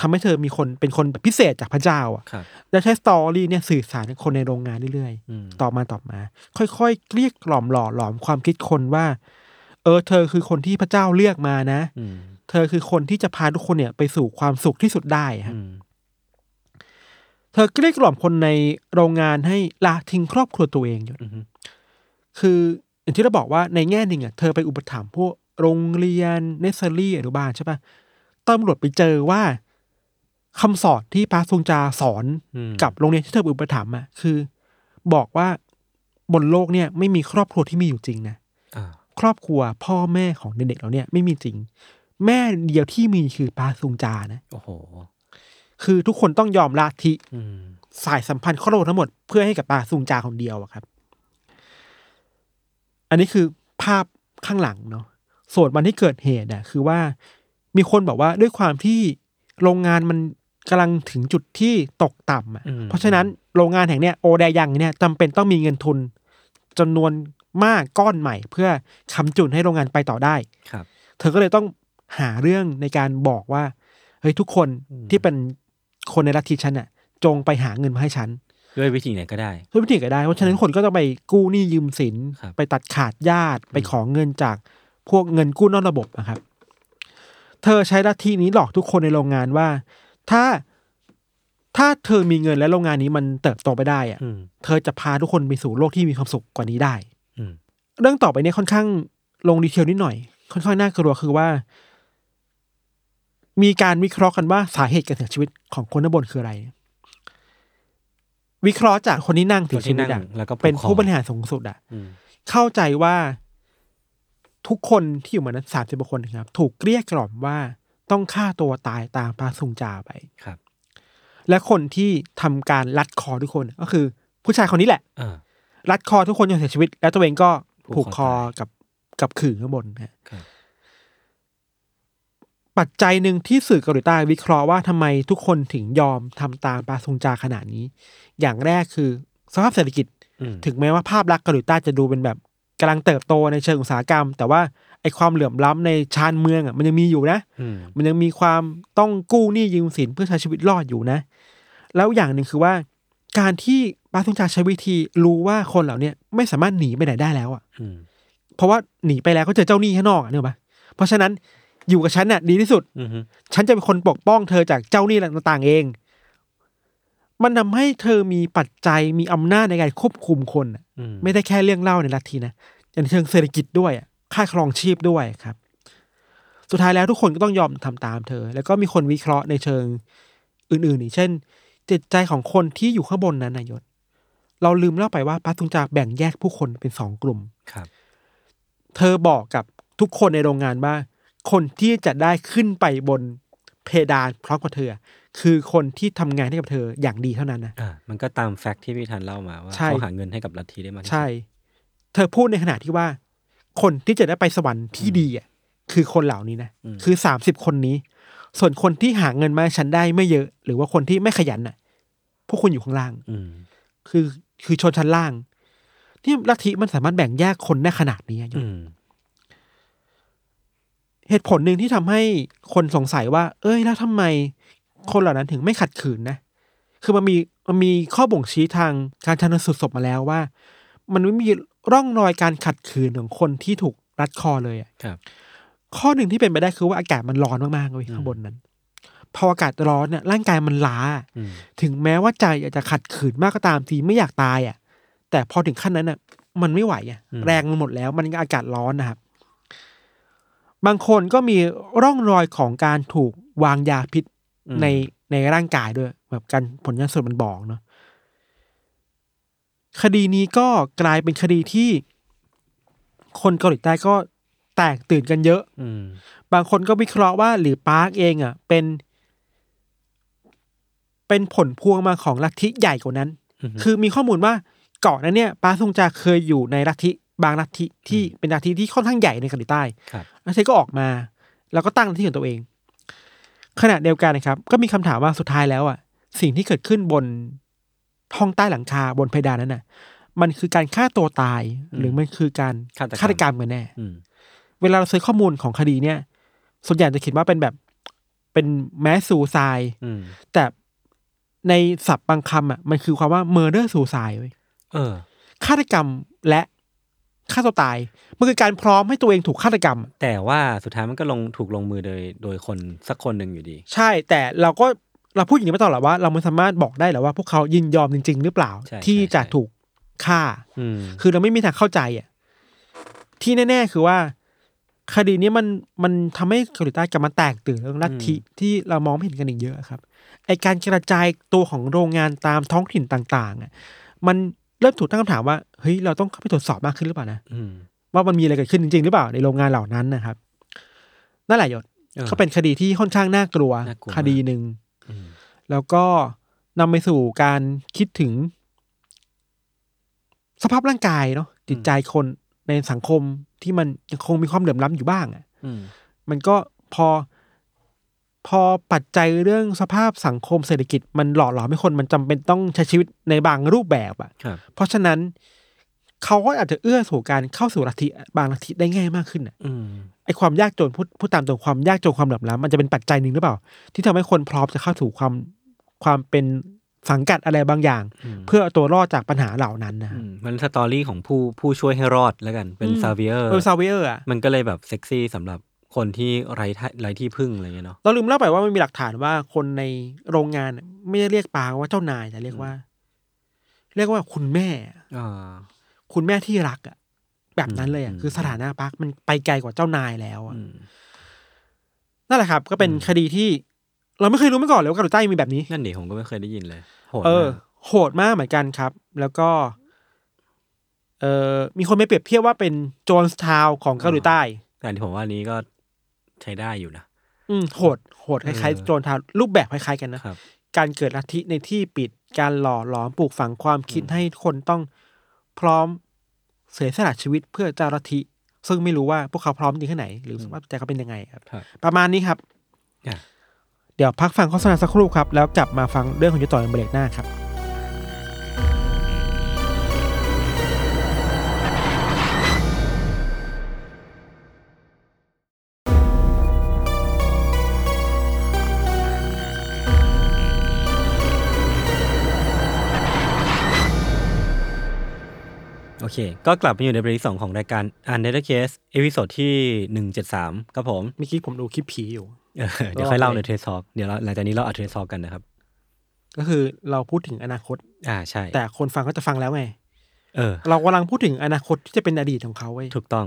ทำให้เธอมีคนเป็นคนแบบพิเศษจากพระเจ้าอ่ะ ครับ และใช้สตอรี่เนี่ยสื่อสารกับคนในโรงงานเรื่อยๆ อืม ต่อมาต่อมา ค่อยๆเกลี้ยกล่อมหล่อหลอมความคิดคนว่า เออ เธอคือคนที่พระเจ้าเลือกมานะ อืม เธอคือคนที่จะพาทุกคนเนี่ยไปสู่ความสุขที่สุดได้ฮะ อืม เธอเกลี้ยกล่อมคนในโรงงานให้ละทิ้งครอบครัวตัวเองอยู่ อืม คืออย่างที่เราบอกว่าในแง่หนึ่งอ่ะเธอไปอุปถัมภ์พวกโรงเรียนเนสเซอรี่อนุบาลใช่ปะตำรวจไปเจอว่าคำสอนที่พระทรงจาสอน อืม กับโรงเรียนที่เธออุปถัมภ์อ่ะคือ บอกว่าบนโลกเนี่ยไม่มีครอบครัวที่มีอยู่จริงนะ อ่า ครอบครัวพ่อแม่ของเด็กๆเราเนี่ยไม่มีจริง แม่เดียวที่มีคือปาซุงจานะ โอ้โห คือทุกคนต้องยอมละทิ อืม สายสัมพันธ์ครอบครัวทั้งหมดเพื่อให้กับปาซุงจาคนเดียวอะครับ อันนี้คือภาพข้างหลังเนาะส่วนวันที่เกิดเหตุอ่ะคือว่ามีคนบอกว่าด้วยความที่โรงงานมันกำลังถึงจุดที่ตกต่ำอ่ะ อืม เพราะฉะนั้นโรงงานแห่งเนี้ยโอแดยังเนี่ยจำเป็นต้องมีเงินทุนจำนวนมากก้อนใหม่ เพื่อคำจุนให้โรงงานไปต่อได้ ครับ เธอก็เลยต้องหาเรื่องในการบอกว่าเฮ้ยทุกคน อืม ที่เป็นคนในรัฐทีฉันน่ะ จงไปหาเงินมาให้ฉัน ด้วยวิธีไหนก็ได้ เพื่อพิถีก็ได้เพราะฉะนั้นคนก็ต้องไปกู้หนี้ยืมสิน ครับ ไปตัดขาดญาติไปขอเงินจากพวกเงินกู้นอกระบบนะครับ เธอใช้ลัทธินี้หลอกทุกคนในโรงงานว่า ถ้าถ้าเธอมีเงินและโรงงานนี้มันเติบโตไปได้อะ อืม เธอจะพาทุกคนไปสู่โลกที่มีความสุขกว่านี้ได้ อืม เรื่องต่อไปเนี่ยค่อนข้างลงดีเทลนิดหน่อย ค่อนข้างน่ากลัวคือว่า มีการวิเคราะห์กันว่าสาเหตุการเสียชีวิตของคนด้านบนคืออะไร วิเคราะห์จากคนที่นั่ง ตั เสี วย ชี ที่ วิ นั่ ต ง อะ แล้วก็ เป็นผู้บริ คอ หารสูงสุดอะ อืม เข้าใจว่าทุกคนที่อยู่เหมือนนั้นสามสิบกว่าคนนะครับ ถูกเกลี้ยกล่อมว่าต้องฆ่าตัวตายตามพระสุงจาไป ครับ และคนที่ทำการลัดคอทุกคน ก็คือ ผู้ชายคนนี้แหละ อ่า รัดคอทุกคนจนเสียชีวิต แล้วตัวเองก็ ผู ผู ก ก คอ คอ ตาย กับกับขื่อข้างบนนะฮะ ครับ ปัจจัยหนึ่งที่สื่อเกาหลีใต้วิเคราะห์ว่าทำไมทุกคนถึงยอมทำตามปาซุงจาขนาดนี้ อย่างแรกคือสภาพเศรษฐกิจ อืม ถึงแม้ว่าภาพลักษณ์เกาหลีใต้จะดูเป็นแบบกำลังเติบโตในเชิงอุตสาหกรรม แต่ว่าไอความเหลื่อมล้ำในชานเมืองอ่ะมันยังมีอยู่นะ อืม มันยังมีความต้องกู้หนี้ยืมสินเพื่อใช้ชีวิตรอดอยู่นะ แล้วอย่างหนึ่งคือว่า การที่ปาทุงชาใช้วิธีรู้ว่าคนเหล่าเนี้ยไม่สามารถหนีไปไหนได้แล้วอ่ะ อืม เพราะว่าหนีไปแล้วก็เจอเจ้าหนี้ข้างนอกอะเนี่ยปะเพราะฉะนั้นอยู่กับฉันน่ะดีที่สุด อืม ฉันจะเป็นคนปกป้องเธอจากเจ้าหนี้ต่างๆเอง มันทำให้เธอมีปัจจัยมีอำนาจในการควบคุมคนอะ อืม ไม่ได้แค่เรื่องเล่าในลัทธินะอย่างเชิงเศรษฐกิจด้วยอะค่าครองชีพด้วยครับ สุดท้ายแล้วทุกคนก็ต้องยอมทำตามเธอ แล้วก็มีคนวิเคราะห์ในเชิงอื่นๆอีกเช่น จิตใจของคนที่อยู่ข้างบนนั้นนายศ เราลืมเล่าไปว่าปัตุงจาแบ่งแยกผู้คนเป็นสองกลุ่ม ครับ เธอบอกกับทุกคนในโรงงานว่า คนที่จะได้ขึ้นไปบนเพดานพร้อมกับเธอ คือคนที่ทำงานให้กับเธออย่างดีเท่านั้นนะ อ่ามันก็ตามแฟกต์ที่พี่ธันเล่ามาว่า ใช่ เขาหาเงินให้กับลัทธิได้มากที่สุด ใช่ เธอพูดในขณะที่ว่า คนที่จะได้ไปสวรรค์ที่ดีอ่ะคือคนเหล่านี้นะ ม คือสามสิบคนนี้ ส่วนคนที่หาเงินมาให้ฉันได้ไม่เยอะ หรือว่าคนที่ไม่ขยันน่ะ พวกคุณอยู่ข้างล่าง ม คือคือชนชั้นล่าง ที่ลัทธิมันสามารถแบ่งแยกคนได้ขนาดนี้อะ อืม เหตุผลหนึ่งที่ทำให้คนสงสัยว่า เอ้ยแล้วทำไม คนเหล่านั้นถึงไม่ขัดขืนนะ คือมันมีมันมีข้อบ่งชี้ทางการชันสูตรศพมาแล้วว่า มันไม่มีร่องรอยการขัดขืนของคนที่ถูกรัดคอเลยอะ ครับ ข้อหนึ่งที่เป็นไปได้คือว่าอากาศมันร้อนมากๆเว้ย อืม ข้างบนนั้น พออากาศร้อนเนี่ยร่างกายมันล้า อืม ถึงแม้ว่าใจอยากจะขัดขืนมากก็ตามทีไม่อยากตายอ่ะ แต่พอถึงขั้นนั้นอ่ะ มันไม่ไหวอ่ะ แรงมันหมดแล้ว มันก็อากาศร้อนนะครับ บางคนก็มีร่องรอยของการถูกวางยาพิษ อืม ในในร่างกายด้วย แบบการผลงานสดมันบอกเนาะคดีนี้ก็กลายเป็นคดีที่ คนเกาหลีใต้ก็แตกตื่นกันเยอะ อืม บางคนก็วิเคราะห์ว่าหรือปาร์คเองอ่ะ เป็น เป็นผลพวงมาของลัทธิใหญ่กว่านั้น อือฮึ คือมีข้อมูลว่าก่อนนั้นเนี่ยปาร์คซงจาเคยอยู่ในลัทธิบางลัทธิที่เป็นลัทธิที่ค่อนข้างใหญ่ในเกาหลีใต้ ครับ ลัทธิก็ออกมา แล้วก็ตั้งลัทธิของตัวเอง ขณะเดียวกันนะครับ ก็มีคำถามว่าสุดท้ายแล้วอ่ะ สิ่งที่เกิดขึ้นบนห้องใต้หลังคาบนเพดานนั้นน่ะ มันคือการฆ่าตัวตาย หรือมันคือการ ฆาตกรรม ฆาตกรรมกันแน่ อืม เวลาเราซื้อข้อมูลของคดีเนี่ย ส่วนใหญ่จะคิดว่าเป็นแบบเป็นแมสซูซาย อืม แต่ในศัพท์บางคำอ่ะ มันคือความว่าเมอร์เดอร์ซูซายเว้ย เออ ฆาตกรรมและฆ่าตัวตาย มันคือการพร้อมให้ตัวเองถูกฆาตกรรม แต่ว่าสุดท้ายมันก็ลงถูกลงมือโดยโดยคนสักคนหนึ่งอยู่ดี ใช่ แต่เราก็เราพูดอย่างนี้มาตลอดว่า เราไม่สามารถบอกได้หรอกว่าพวกเขายินยอมจริง ๆ หรือเปล่า ใช่ ที่ ใช่ จะ ใช่ ถูกฆ่า อืม คือเราไม่มีทางเข้าใจอ่ะ ที่แน่ ๆ คือว่า คดีนี้มันมันทำให้เกาหลีใต้กลับมาแตกตื่นเรื่องลัทธิที่เรามองไม่เห็นกันอีกเยอะครับ ไอการกระจายตัวของโรงงานตามท้องถิ่นต่างๆอ่ะมันเริ่มถูกตั้งคำถามว่าเฮ้ยเราต้องเข้าไปตรวจสอบมากขึ้นหรือเปล่านะ อืม ว่ามันมีอะไรเกิดขึ้นจริง ๆ หรือเปล่าในโรงงานเหล่านั้นนะครับนั่นแหละหยศ เออ ก็เป็นคดีที่ค่อนข้างน่ากลัว น่ากลัว คดีหนึ่ง อืม แล้วก็นำไปสู่การคิดถึง สภาพร่างกายเนาะจิตใจคนในสังคมที่มันยังคงมีความเหลื่อมล้ำอยู่บ้างอะ่ะ อืม มันก็พอ พอปัจจัยเรื่องสภาพสังคมเศรษฐกิจมันหล่อหลอมให้คนมันจำเป็นต้องใช้ชีวิตในบางรูปแบบอะ่ะ ครับ เพราะฉะนั้นเขาก็อาจจะเอื้อสู่การเข้าสู่ลัทธิบางลัทธิได้ง่ายมากขึ้นอะ อืม ไอ้ความยากจนพูดพูดตามตรงความยากจนความเหลื่อมล้ำมันจะเป็นปัจจัยหนึ่งหรือเปล่า ที่ทำให้คนพร้อมจะเข้าสู่ความความเป็นสังกัดอะไรบางอย่าง อืม เพื่อเอาตัวรอดจากปัญหาเหล่านั้นนะ อืมมันสตอรี่ของผู้ผู้ช่วยให้รอดแล้วกัน เป็นซาเวียร์ เออซาเวียร์อ่ะ มันก็เลยแบบเซ็กซี่สำหรับคนที่ไร้ท่าไร้ที่พึ่งอะไรเงี้ยเนาะ เราลืมเล่าไปว่ามันมีหลักฐานว่าคนในโรงงานน่ะไม่ได้เรียกปางว่าเจ้านายแต่เรียกว่า เรียกว่าคุณแม่ อ่า คุณแม่ที่รักอ่ะแบบนั้นเลยอ่ะ อืม คือสถานะปาร์คมันไปไกลกว่าเจ้านายแล้วอะ อืม นั่นแหละครับ ก็เป็นคดีที่ เราไม่เคยรู้มาก่อนเลยว่าเกาหลีใต้มีแบบนี้ นั่นดิผมก็ไม่เคยได้ยินเลยโหด เออ มาก โหดมากเหมือนกันครับ แล้วก็ เออมีคนไปเปรียบเทียบว่าเป็นโจนส์ทาวน์ของเกาหลีใต้ แต่ที่ผมว่านี้ก็ใช้ได้อยู่นะ อืมโหดโหดคล้าย เออ ๆโจนส์ทาวน์รูปแบบคล้ายๆกันนะครับ การเกิดลัทธิในที่ปิดการหล่อหลอมปลูกฝังความคิดให้คนต้องพร้อมเสียสละชีวิตเพื่อเจ้าลัทธิ ซึ่งไม่รู้ว่าพวกเขาพร้อมจริงแค่ไหน หรือสภาพใจเขาเป็นยังไงครับ ครับ ประมาณนี้ครับ อ่ะ เดี๋ยวพักฟังโฆษณาสักครู่ครับ แล้วกลับมาฟังเรื่องของยุทธต่อในเบรกหน้าครับ โอเค ก็กลับมาอยู่ในเบรกที่สองของรายการ u n d e r Case เอพิโซดที่ 173ครับผม เมื่อกี้ผมดูคลิปผีอยู่ เออเดี๋ยวค่อยเล่าในเทสซอกเดี๋ยวเราหลังจากนี้เราอัดเทสซอกกันนะครับ ก็คือเราพูดถึงอนาคต อ่าใช่ แต่คนฟังก็จะฟังแล้วไง เออ เรากำลังพูดถึงอนาคตที่จะเป็นอดีตของเขาเว้ย ถูกต้อง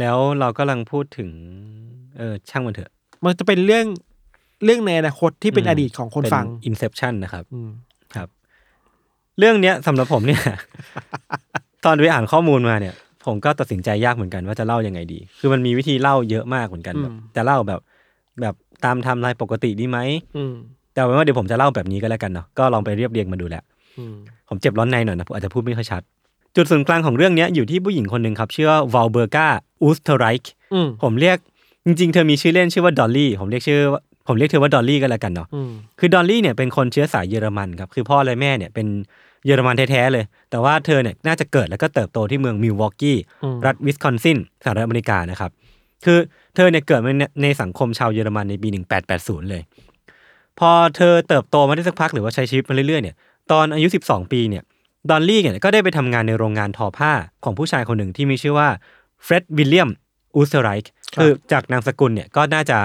แล้วเรากำลังพูดถึง เออ ช่างมันเถอะ มันจะเป็นเรื่องเรื่องในอนาคตที่เป็นอดีตของคนฟัง อินเซ t ชัน Inception นะครับ อืม ครับ เรื่องเนี้ยสำหรับผมเนี่ย ตอนไปอ่านข้อมูลมาเนี่ย ผมก็ตัดสินใจยากเหมือนกันว่าจะเล่ายังไงดี คือมันมีวิธีเล่าเยอะมากเหมือนกันแบบจะเล่าแบบแบบตามไทม์ไลน์ปกติดีไหม อืม แต่เอาเป็นว่าเดี๋ยวผมจะเล่าแบบนี้ก็แล้วกันเนาะก็ลองไปเรียบเรียงมาดูแหละ อืม ผมเจ็บร้อนในหน่อยนะผมอาจจะพูดไม่ค่อยชัด จุดศูนย์กลางของเรื่องเนี้ยอยู่ที่ผู้หญิงคนหนึ่งครับ ชื่อว่าวอลเบอร์กาอูสเทอไรค์ อืม ผมเรียกจริง ๆ เธอมีชื่อเล่นชื่อว่าดอลลี่ผมเรียกชื่อว่าผมเรียกเธอว่าดอลลี่ก็แล้วกันเนาะ อืม คือดอลลี่เนี่ยเป็นคนเชื้อสายเยอรมันครับ คือพ่อและแม่เนี่ยเป็นเยอรมันแท้ ๆ เลย แต่ว่าเธอเนี่ยน่าจะเกิดแล้วก็เติบโตที่เมืองมิลวอกกี้ อืม รัฐวิสคอนซินสหรัฐอเมริกานะครับ คือเธอเนี่ยเกิดมาในในสังคมชาวเยอรมันในปี 1880 เลย พอเธอเติบโตมาได้สักพักหรือว่าใช้ชีวิตมาเรื่อย ๆ เนี่ย ตอนอายุ 12 ปีเนี่ย ดอลลี่เนี่ยก็ได้ไปทำงานในโรงงานทอผ้าของผู้ชายคนหนึ่งที่มีชื่อว่าเฟร็ดวิลเลียมอูสเทอไรค์คือจากนามสกุลเนี่ยก็น่าจะ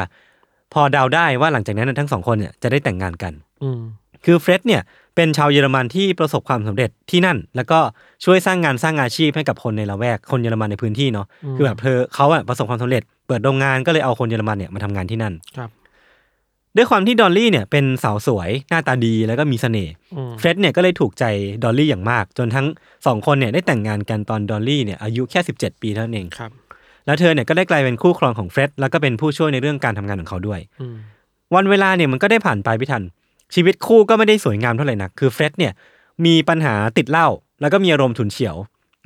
พอเดาได้ว่าหลังจากนั้นนะทั้งสองคนเนี่ยจะได้แต่งงานกัน อืม คือเฟร็ดเนี่ยเป็นชาวเยอรมันที่ประสบความสำเร็จที่นั่น แล้วก็ช่วยสร้างงานสร้างอาชีพให้กับคนในละแวกคนเยอรมันในพื้นที่เนาะคือแบบเธอเขาอะประสบความสำเร็จ เปิดโรงงานก็เลยเอาคนเยอรมันเนี่ยมาทำงานที่นั่น ครับ ด้วยความที่ดอลลี่เนี่ยเป็นสาวสวยหน้าตาดีแล้วก็มีเสน่ห์ อืม เฟร็ดเนี่ยก็เลยถูกใจดอลลี่อย่างมาก จนทั้งสองคนเนี่ยได้แต่งงานกันตอนดอลลี่เนี่ยอายุแค่ 17 ปีเท่านั้นเอง ครับ แล้วเธอเนี่ยก็ได้กลายเป็นคู่ครองของเฟร็ดแล้วก็เป็นผู้ช่วยในเรื่องการทำงานของเขาด้วย อืม วันเวลาเนี่ยมันก็ได้ผ่านไปพี่ทัน ชีวิตคู่ก็ไม่ได้สวยงามเท่าไหร่นักคือเฟร็ดเนี่ยมีปัญหาติดเหล้าแล้วก็มีอารมณ์ฉุนเฉียว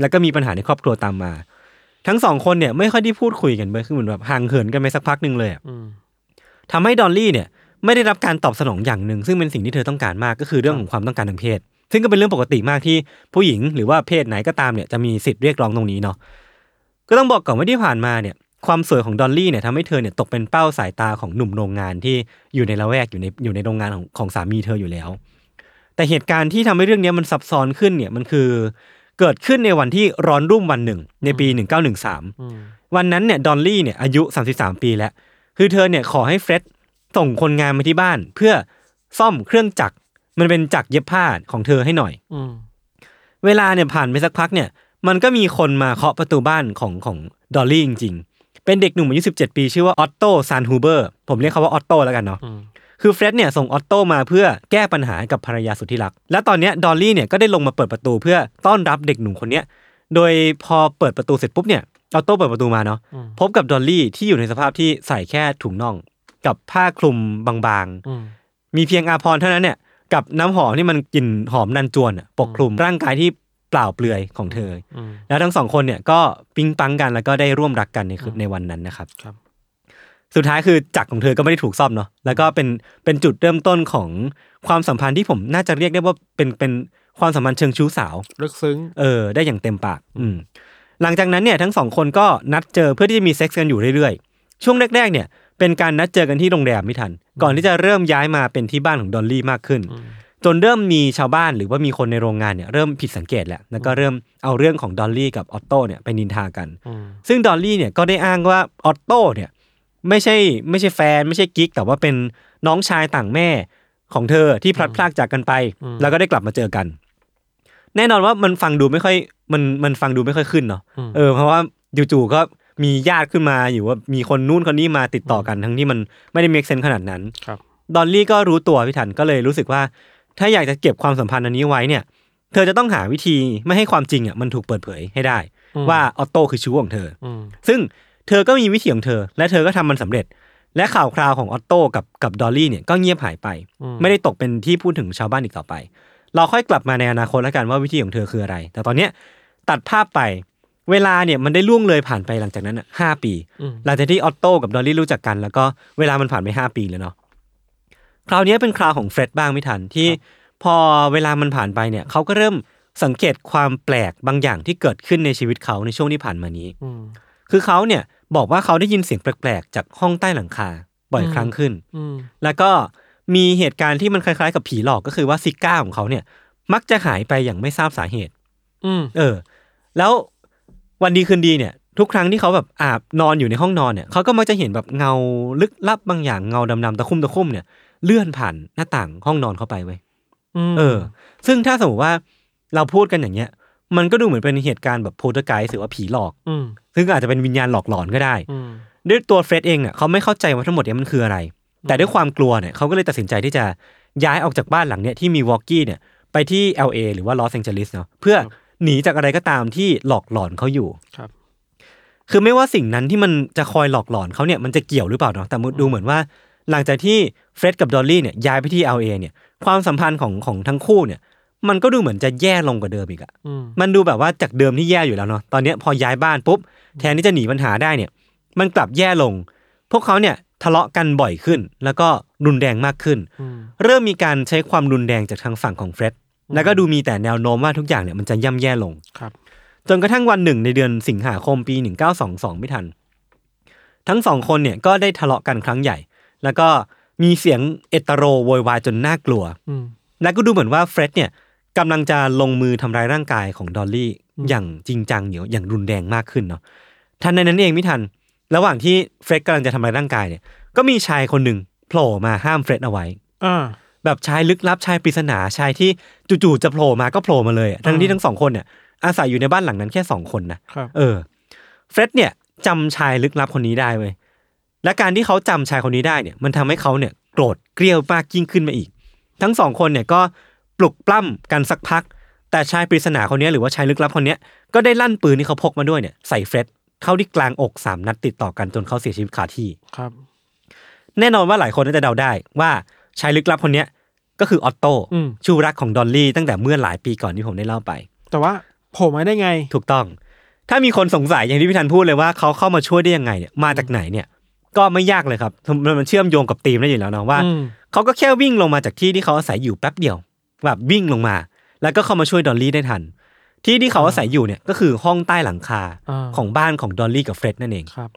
แล้วก็มีปัญหาในครอบครัวตามมา ทั้งสองคนเนี่ยไม่ค่อยได้พูดคุยกันเลยคือเหมือนแบบห่างเหินกันไปสักพักหนึ่งเลยอะ อืม ทำให้ดอลลี่เนี่ยไม่ได้รับการตอบสนองอย่างหนึ่ง ซึ่งเป็นสิ่งที่เธอต้องการมากก็คือเรื่องของความต้องการทางเพศ ซึ่งก็เป็นเรื่องปกติมากที่ผู้หญิงหรือว่าเพศไหนก็ตามเนี่ยจะมีสิทธิ์เรียกร้องตรงนี้เนาะก็ต้องบอกก่อนว่าที่ผ่านมาเนี่ยความสวยของดอลลี่เนี่ยทำให้เธอเนี่ยตกเป็นเป้าสายตาของหนุ่มโรงงานที่อยู่ในละแวกอยู่ในอยู่ในโรงงานของของสามีเธออยู่แล้ว แต่เหตุการณ์ที่ทำให้เรื่องเนี้ยมันซับซ้อนขึ้นเนี่ยมันคือ เกิดขึ้นในวันที่ร้อนรุ่มวันหนึ่งในปี 1913 อืม วันนั้นเนี่ยดอลลี่เนี่ยอายุ 33 ปีแล้ว คือเธอเนี่ยขอให้เฟร็ดส่งคนงานมาที่บ้าน เพื่อซ่อมเครื่องจักรมันเป็นจักรเย็บผ้าของเธอให้หน่อย อืม เวลาเนี่ยผ่านไปสักพักเนี่ย มันก็มีคนมาเคาะประตูบ้านของของดอลลี่จริง ๆ เป็นเด็กหนุ่มอายุ 17 ปีชื่อว่าออตโตซานฮูเบอร์ผมเรียกเขาว่าออตโตแล้วกันเนาะ อืม คือเฟร็ดเนี่ยส่งออตโตมาเพื่อแก้ปัญหาให้กับภรรยาสุดที่รัก และตอนเนี้ยดอลลี่เนี่ยก็ได้ลงมาเปิดประตูเพื่อต้อนรับเด็กหนุ่มคนเนี้ย โดยพอเปิดประตูเสร็จปุ๊บเนี่ยออตโตเปิดประตูมาเนาะ อืม พบกับดอลลี่ที่อยู่ในสภาพที่ใส่แค่ถุงน่อง กับผ้าคลุมบาง อืม ๆ มีเพียงอาพรณ์เท่านั้นเนี่ย กับน้ำหอมที่มันกลิ่นหอมนันจวนอะปกคลุมร่างกายที่เปล่าเปลือยของเธอ อืม แล้วทั้งสองคนเนี่ยก็ปิ๊งปังกันแล้วก็ได้ร่วมรักกันในคืนในวันนั้นนะครับ ครับ สุดท้ายคือจักรของเธอก็ไม่ได้ถูกซ่อมเนาะแล้วก็เป็นเป็นจุดเริ่มต้นของความสัมพันธ์ที่ผมน่าจะเรียกได้ว่าเป็นเป็นความสัมพันธ์เชิงชู้สาว ลึกซึ้ง เออได้อย่างเต็มปาก อืม หลังจากนั้นเนี่ยทั้งสองคนก็นัดเจอเพื่อที่จะมีเซ็กซ์กันอยู่เรื่อยๆ ช่วงแรก ๆ เนี่ย เป็นการนัดเจอกันที่โรงแรมไม่ทัน ก่อนที่จะเริ่มย้ายมาเป็นที่บ้านของดอลลี่มากขึ้น จนเริ่มมีชาวบ้านหรือว่ามีคนในโรงงานเนี่ยเริ่มผิดสังเกตแหละแล้วก็เริ่มเอาเรื่องของดอลลี่กับออตโต้เนี่ยไปนินทากัน อืม ซึ่งดอลลี่เนี่ยก็ได้อ้างว่าออตโต้เนี่ยไม่ใช่ไม่ใช่แฟน ไม่ใช่กิ๊กแต่ว่าเป็นน้องชายต่างแม่ของเธอที่พลัดพรากจากกันไป อืม แล้วก็ได้กลับมาเจอกัน แน่นอนว่ามันฟังดูไม่ค่อยมันมันฟังดูไม่ค่อยขึ้นเนาะเออเพราะว่าจู่ๆก็มีญาติขึ้นมาอยู่ว่ามีคนนู่นคนนี้มาติดต่อกันทั้งที่มันไม่ได้มีเซนขนาดนั้น ครับ ดอลลี่ก็รู้ตัวพี่ทันก็เลยรู้สึกว่า ถ้าอยากจะเก็บความสัมพันธ์อันนี้ไว้เนี่ย เธอจะต้องหาวิธีไม่ให้ความจริงอ่ะมันถูกเปิดเผยให้ได้ อืม ว่าออตโต้คือชู้ของเธอ อืม ซึ่งเธอก็มีวิธีของเธอ และเธอก็ทำมันสำเร็จ และข่าวคราวของออตโต้กับกับดอลลี่เนี่ยก็เงียบหายไป อืม ไม่ได้ตกเป็นที่พูดถึงชาวบ้านอีกต่อไป เราค่อยกลับมาในอนาคตแล้วกันว่าวิธีของเธอคืออะไร แต่ตอนเนี้ยตัดภาพไป เวลาเนี่ยมันได้ล่วงเลยผ่านไปหลังจากนั้นอะห้าปี อืม หลังจากที่ออตโต้กับดอลลี่รู้จักกันแล้วก็เวลามันผ่านไปห้าปีแล้วเนาะคราวนี้เป็นคราวของเฟร็ดบ้างไม่ทันที่ พอเวลามันผ่านไปเนี่ยเขาก็เริ่มสังเกตความแปลกบางอย่างที่เกิดขึ้นในชีวิตเขาในช่วงที่ผ่านมานี้ อืม คือเขาเนี่ยบอกว่าเขาได้ยินเสียงแปลกๆ จากห้องใต้หลังคาบ่อย อืม ครั้งขึ้น อืม แล้วก็มีเหตุการณ์ที่มันคล้ายๆ กับผีหลอกก็คือว่าซิก้าของเขาเนี่ยมักจะหายไปอย่างไม่ทราบสาเหตุ อืม เออ แล้ววันดีคืนดีเนี่ย ทุกครั้งที่เขาแบบอาบนอนอยู่ในห้องนอนเนี่ยเขาก็มักจะเห็นแบบเงาลึกลับบางอย่างเงาดำๆตะคุ่มตะคุ่มเนี่ยเลื่อนผ่านหน้าต่างห้องนอนเข้าไปเว้ย เออ ซึ่งถ้าสมมติว่าเราพูดกันอย่างเงี้ย มันก็ดูเหมือนเป็นเหตุการณ์แบบโพเทอร์ไกส์หรือว่าผีหลอก อืม ซึ่งอาจจะเป็นวิญญาณหลอกหลอนก็ได้ อืม ด้วยตัวเฟร็ดเองเนี่ยเขาไม่เข้าใจว่าทั้งหมดเนี่ยมันคืออะไร แต่ด้วยความกลัวเนี่ยเขาก็เลยตัดสินใจที่จะย้ายออกจากบ้านหลังเนี่ยที่มีวอกกี้เนี่ยไปที่ LA หรือว่าลอสแองเจลิสเนาะเพื่อหนีจากอะไรก็ตามที่หลอกหลอนเขาอยู่ ครับ คือไม่ว่าสิ่งนั้นที่มันจะคอยหลอกหลอนเขาเนี่ยมันจะเกี่ยวหรือเปล่าเนาะแต่ดูเหมือนว่า หลังจากที่เฟร็ดกับดอลลี่เนี่ยย้ายไปที่ LA เนี่ยความสัมพันธ์ของของทั้งคู่เนี่ยมันก็ดูเหมือนจะแย่ลงกว่าเดิมอีกอะ อืม มันดูแบบว่าจากเดิมที่แย่อยู่แล้วเนาะ ตอนเนี้ยพอย้ายบ้านปุ๊บ แทนที่จะหนีปัญหาได้เนี่ย มันกลับแย่ลง พวกเขาเนี่ยทะเลาะกันบ่อยขึ้น แล้วก็รุนแรงมากขึ้น อืม เริ่มมีการใช้ความรุนแรงจากทางฝั่งของเฟร็ด แล้วก็ดูมีแต่แนวโน้มว่าทุกอย่างเนี่ยมันจะย่ำแย่ลง ครับ จนกระทั่งวันหนึ่งในเดือนสิงหาคมปี 1922 ไม่ทัน ทั้งสองคนเนี่ยก็ได้ทะเลาะกันครั้งใหญ่ แล้วก็มีเสียงเอตโรโวยวายจนน่ากลัว อืม และก็ดูเหมือนว่าเฟร็ดเนี่ยกำลังจะลงมือทำร้ายร่างกายของดอลลี่ อืม อย่างจริงจังเหนียวอย่างรุนแรงมากขึ้นเนาะทันในนั้นเองไม่ทัน ระหว่างที่เฟร็ดกำลังจะทำร้ายร่างกายเนี่ยก็มีชายคนหนึ่งโผล่มาห้ามเฟร็ดเอาไว้ อ่า แบบชายลึกลับชายปริศนาชายที่จู่ๆจะโผล่มาก็โผล่มาเลยอะทั้งที่ทั้งสองคนเนี่ยอาศัยอยู่ในบ้านหลังนั้นแค่สองคนนะครับ เออเฟร็ดเนี่ยจำชายลึกลับคนนี้ได้เว้ยและการที่เขาจำชายคนนี้ได้เนี่ย มันทำให้เขาเนี่ย โกรธเกรี้ยวมากยิ่งขึ้นมาอีก ทั้งสองคนเนี่ยก็ปลุกปล้ำกันสักพัก แต่ชายปริศนาคนเนี้ยหรือว่าชายลึกลับคนเนี้ยก็ได้ลั่นปืนที่เขาพกมาด้วยเนี่ยใส่เฟร็ดเข้าที่กลางอกสามนัดติดต่อกันจนเขาเสียชีวิตคาที่ ครับ แน่นอนว่าหลายคนน่าจะเดาได้ว่าชายลึกลับคนเนี้ยก็คือออตโต้ อืม ชูรักของดอลลี่ตั้งแต่เมื่อหลายปีก่อนที่ผมได้เล่าไป แต่ว่าโผล่มาได้ไง ถูกต้อง ถ้ามีคนสงสัยอย่างที่พี่ธันพูดเลยว่าเขาเข้ามาช่วยได้ยังไงเนี่ย มาจากไหนเนี่ย ก็ไม่ยากเลยครับมันมันเชื่อมโยงกับธีมได้อยู่แล้วเนาะว่า อืม เขาก็แค่วิ่งลงมาจากที่ที่เขาอาศัยอยู่แป๊บเดียว แบบวิ่งลงมา แล้วก็เข้ามาช่วยดอลลี่ได้ทัน ที่ที่เขาอาศัยอยู่เนี่ยก็คือห้องใต้หลังคา อ่า ของบ้านของดอลลี่กับเฟร็ดนั่นเอง ครับ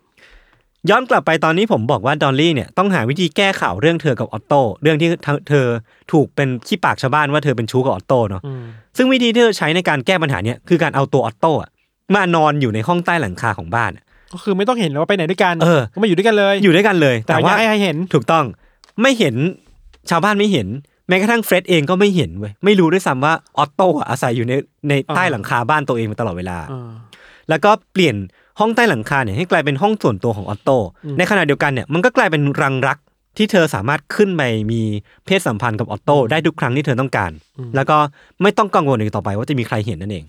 ย้อนกลับไปตอนนี้ผมบอกว่าดอลลี่เนี่ยต้องหาวิธีแก้ข่าวเรื่องเธอกับออตโต้เรื่องที่เธอเธอถูกเป็นขี้ปากชาวบ้านว่าเธอเป็นชู้กับออตโต้เนาะ อืม ซึ่งวิธีที่เธอใช้ในการแก้ปัญหาเนี่ยคือการเอาตัวออตโต้อะมานอนอยู่ในห้องใต้หลังคาของบ้านอะ ก็คือไม่ต้องเห็นแล้วว่าไปไหนด้วยกัน เออ ก็มาอยู่ด้วยกันเลย อยู่ด้วยกันเลย แต่ แต่ว่า ว่า ให้ใครเห็น ถูกต้องไม่เห็นชาวบ้านไม่เห็น แม้กระทั่งเฟร็ดเองก็ไม่เห็นเว้ยไม่รู้ด้วยซ้ำว่าออตโต้อะอาศัยอยู่ในในใต้ อ่า หลังคาบ้านตัวเองมาตลอดเวลา อ่า แล้วก็เปลี่ยนห้องใต้หลังคาเนี่ยให้กลายเป็นห้องส่วนตัวของออตโต้ อืม ในขณะเดียวกันเนี่ยมันก็กลายเป็นรังรักที่เธอสามารถขึ้นไปมีเพศสัมพันธ์กับออตโต้ได้ทุกครั้งที่เธอต้องการ แล้วก็ไม่ต้องกังวลอีกต่อไปว่าจะมีใครเห็นนั่นเอง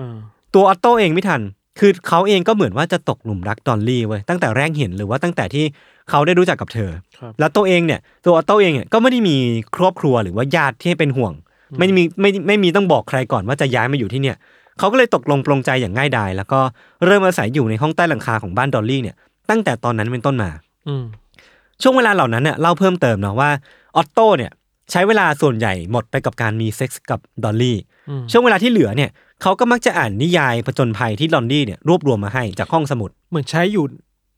อ่า ตัวออตโต้เองไม่ทัน คือเขาเองก็เหมือนว่าจะตกหลุมรักดอลลี่เว้ยตั้งแต่แรกเห็นหรือว่าตั้งแต่ที่เขาได้รู้จักกับเธอ ครับ แล้วตัวเองเนี่ยตัวออตโต้เองเนี่ยก็ไม่ได้มีครอบครัวหรือว่าญาติที่ให้เป็นห่วง ไม่มีไม่ไม่มีต้องบอกใครก่อนว่าจะย้ายมาอยู่ที่เนี่ยเขาก็เลยตกลงปลงใจอย่างง่ายดายแล้วก็เริ่มอาศัยอยู่ในห้องใต้หลังคาของบ้านดอลลี่เนี่ยตั้งแต่ตอนนั้นเป็นต้นมา อืม ช่วงเวลาเหล่านั้นเนี่ยเล่าเพิ่มเติมเนาะว่าออตโต้เนี่ยใช้เวลาส่วนใหญ่หมดไปกับการมีเซ็กส์กับดอลลี่ อืม ช่วงเวลาที่เหลือเนี่ยเขาก็มักจะอ่านนิยายผจญภัยที่ดอลลี่เนี่ยรวบรวมมาให้จากห้องสมุด เหมือนใช้อยู่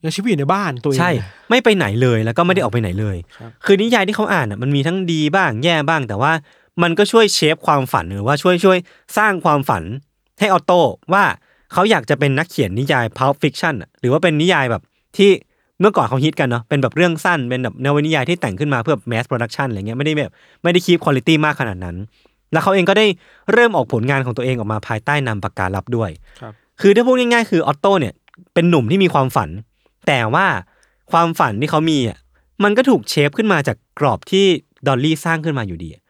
ยังชีวิตอยู่ในบ้านตัวเอง ใช่ ไม่ไปไหนเลยแล้วก็ไม่ได้ออกไปไหนเลย ครับ คือนิยายที่เขาอ่านน่ะมันมีทั้งดีบ้างแย่บ้าง แต่ว่ามันก็ช่วยเชฟความฝันหรือว่าช่วยช่วยสร้างความฝันให้ออโต้ว่าเขาอยากจะเป็นนักเขียนนิยายพาวฟิคชั่นหรือว่าเป็นนิยายแบบที่เมื่อก่อนเขาฮิตกันเนาะเป็นแบบเรื่องสั้นเป็นแบบนวนิยายที่แต่งขึ้นมาเพื่อแมสโปรดักชันอะไรเงี้ยไม่ได้แบบไม่ได้คีบคุณลิตี้มากขนาดนั้น แล้วเขาเองก็ได้เริ่มออกผลงานของตัวเองออกมาภายใต้นามปากกาลับด้วย ครับ คือถ้าพูดง่ายๆคือออโต้เนี่ยเป็นหนุ่มที่มีความฝัน แต่ว่าความฝันที่เขามีอ่ะมันก็ถูกเชฟขึ้นมาจากกรอบที่ดอลลี่สร้างขึ้นมาอยู่ดีอะ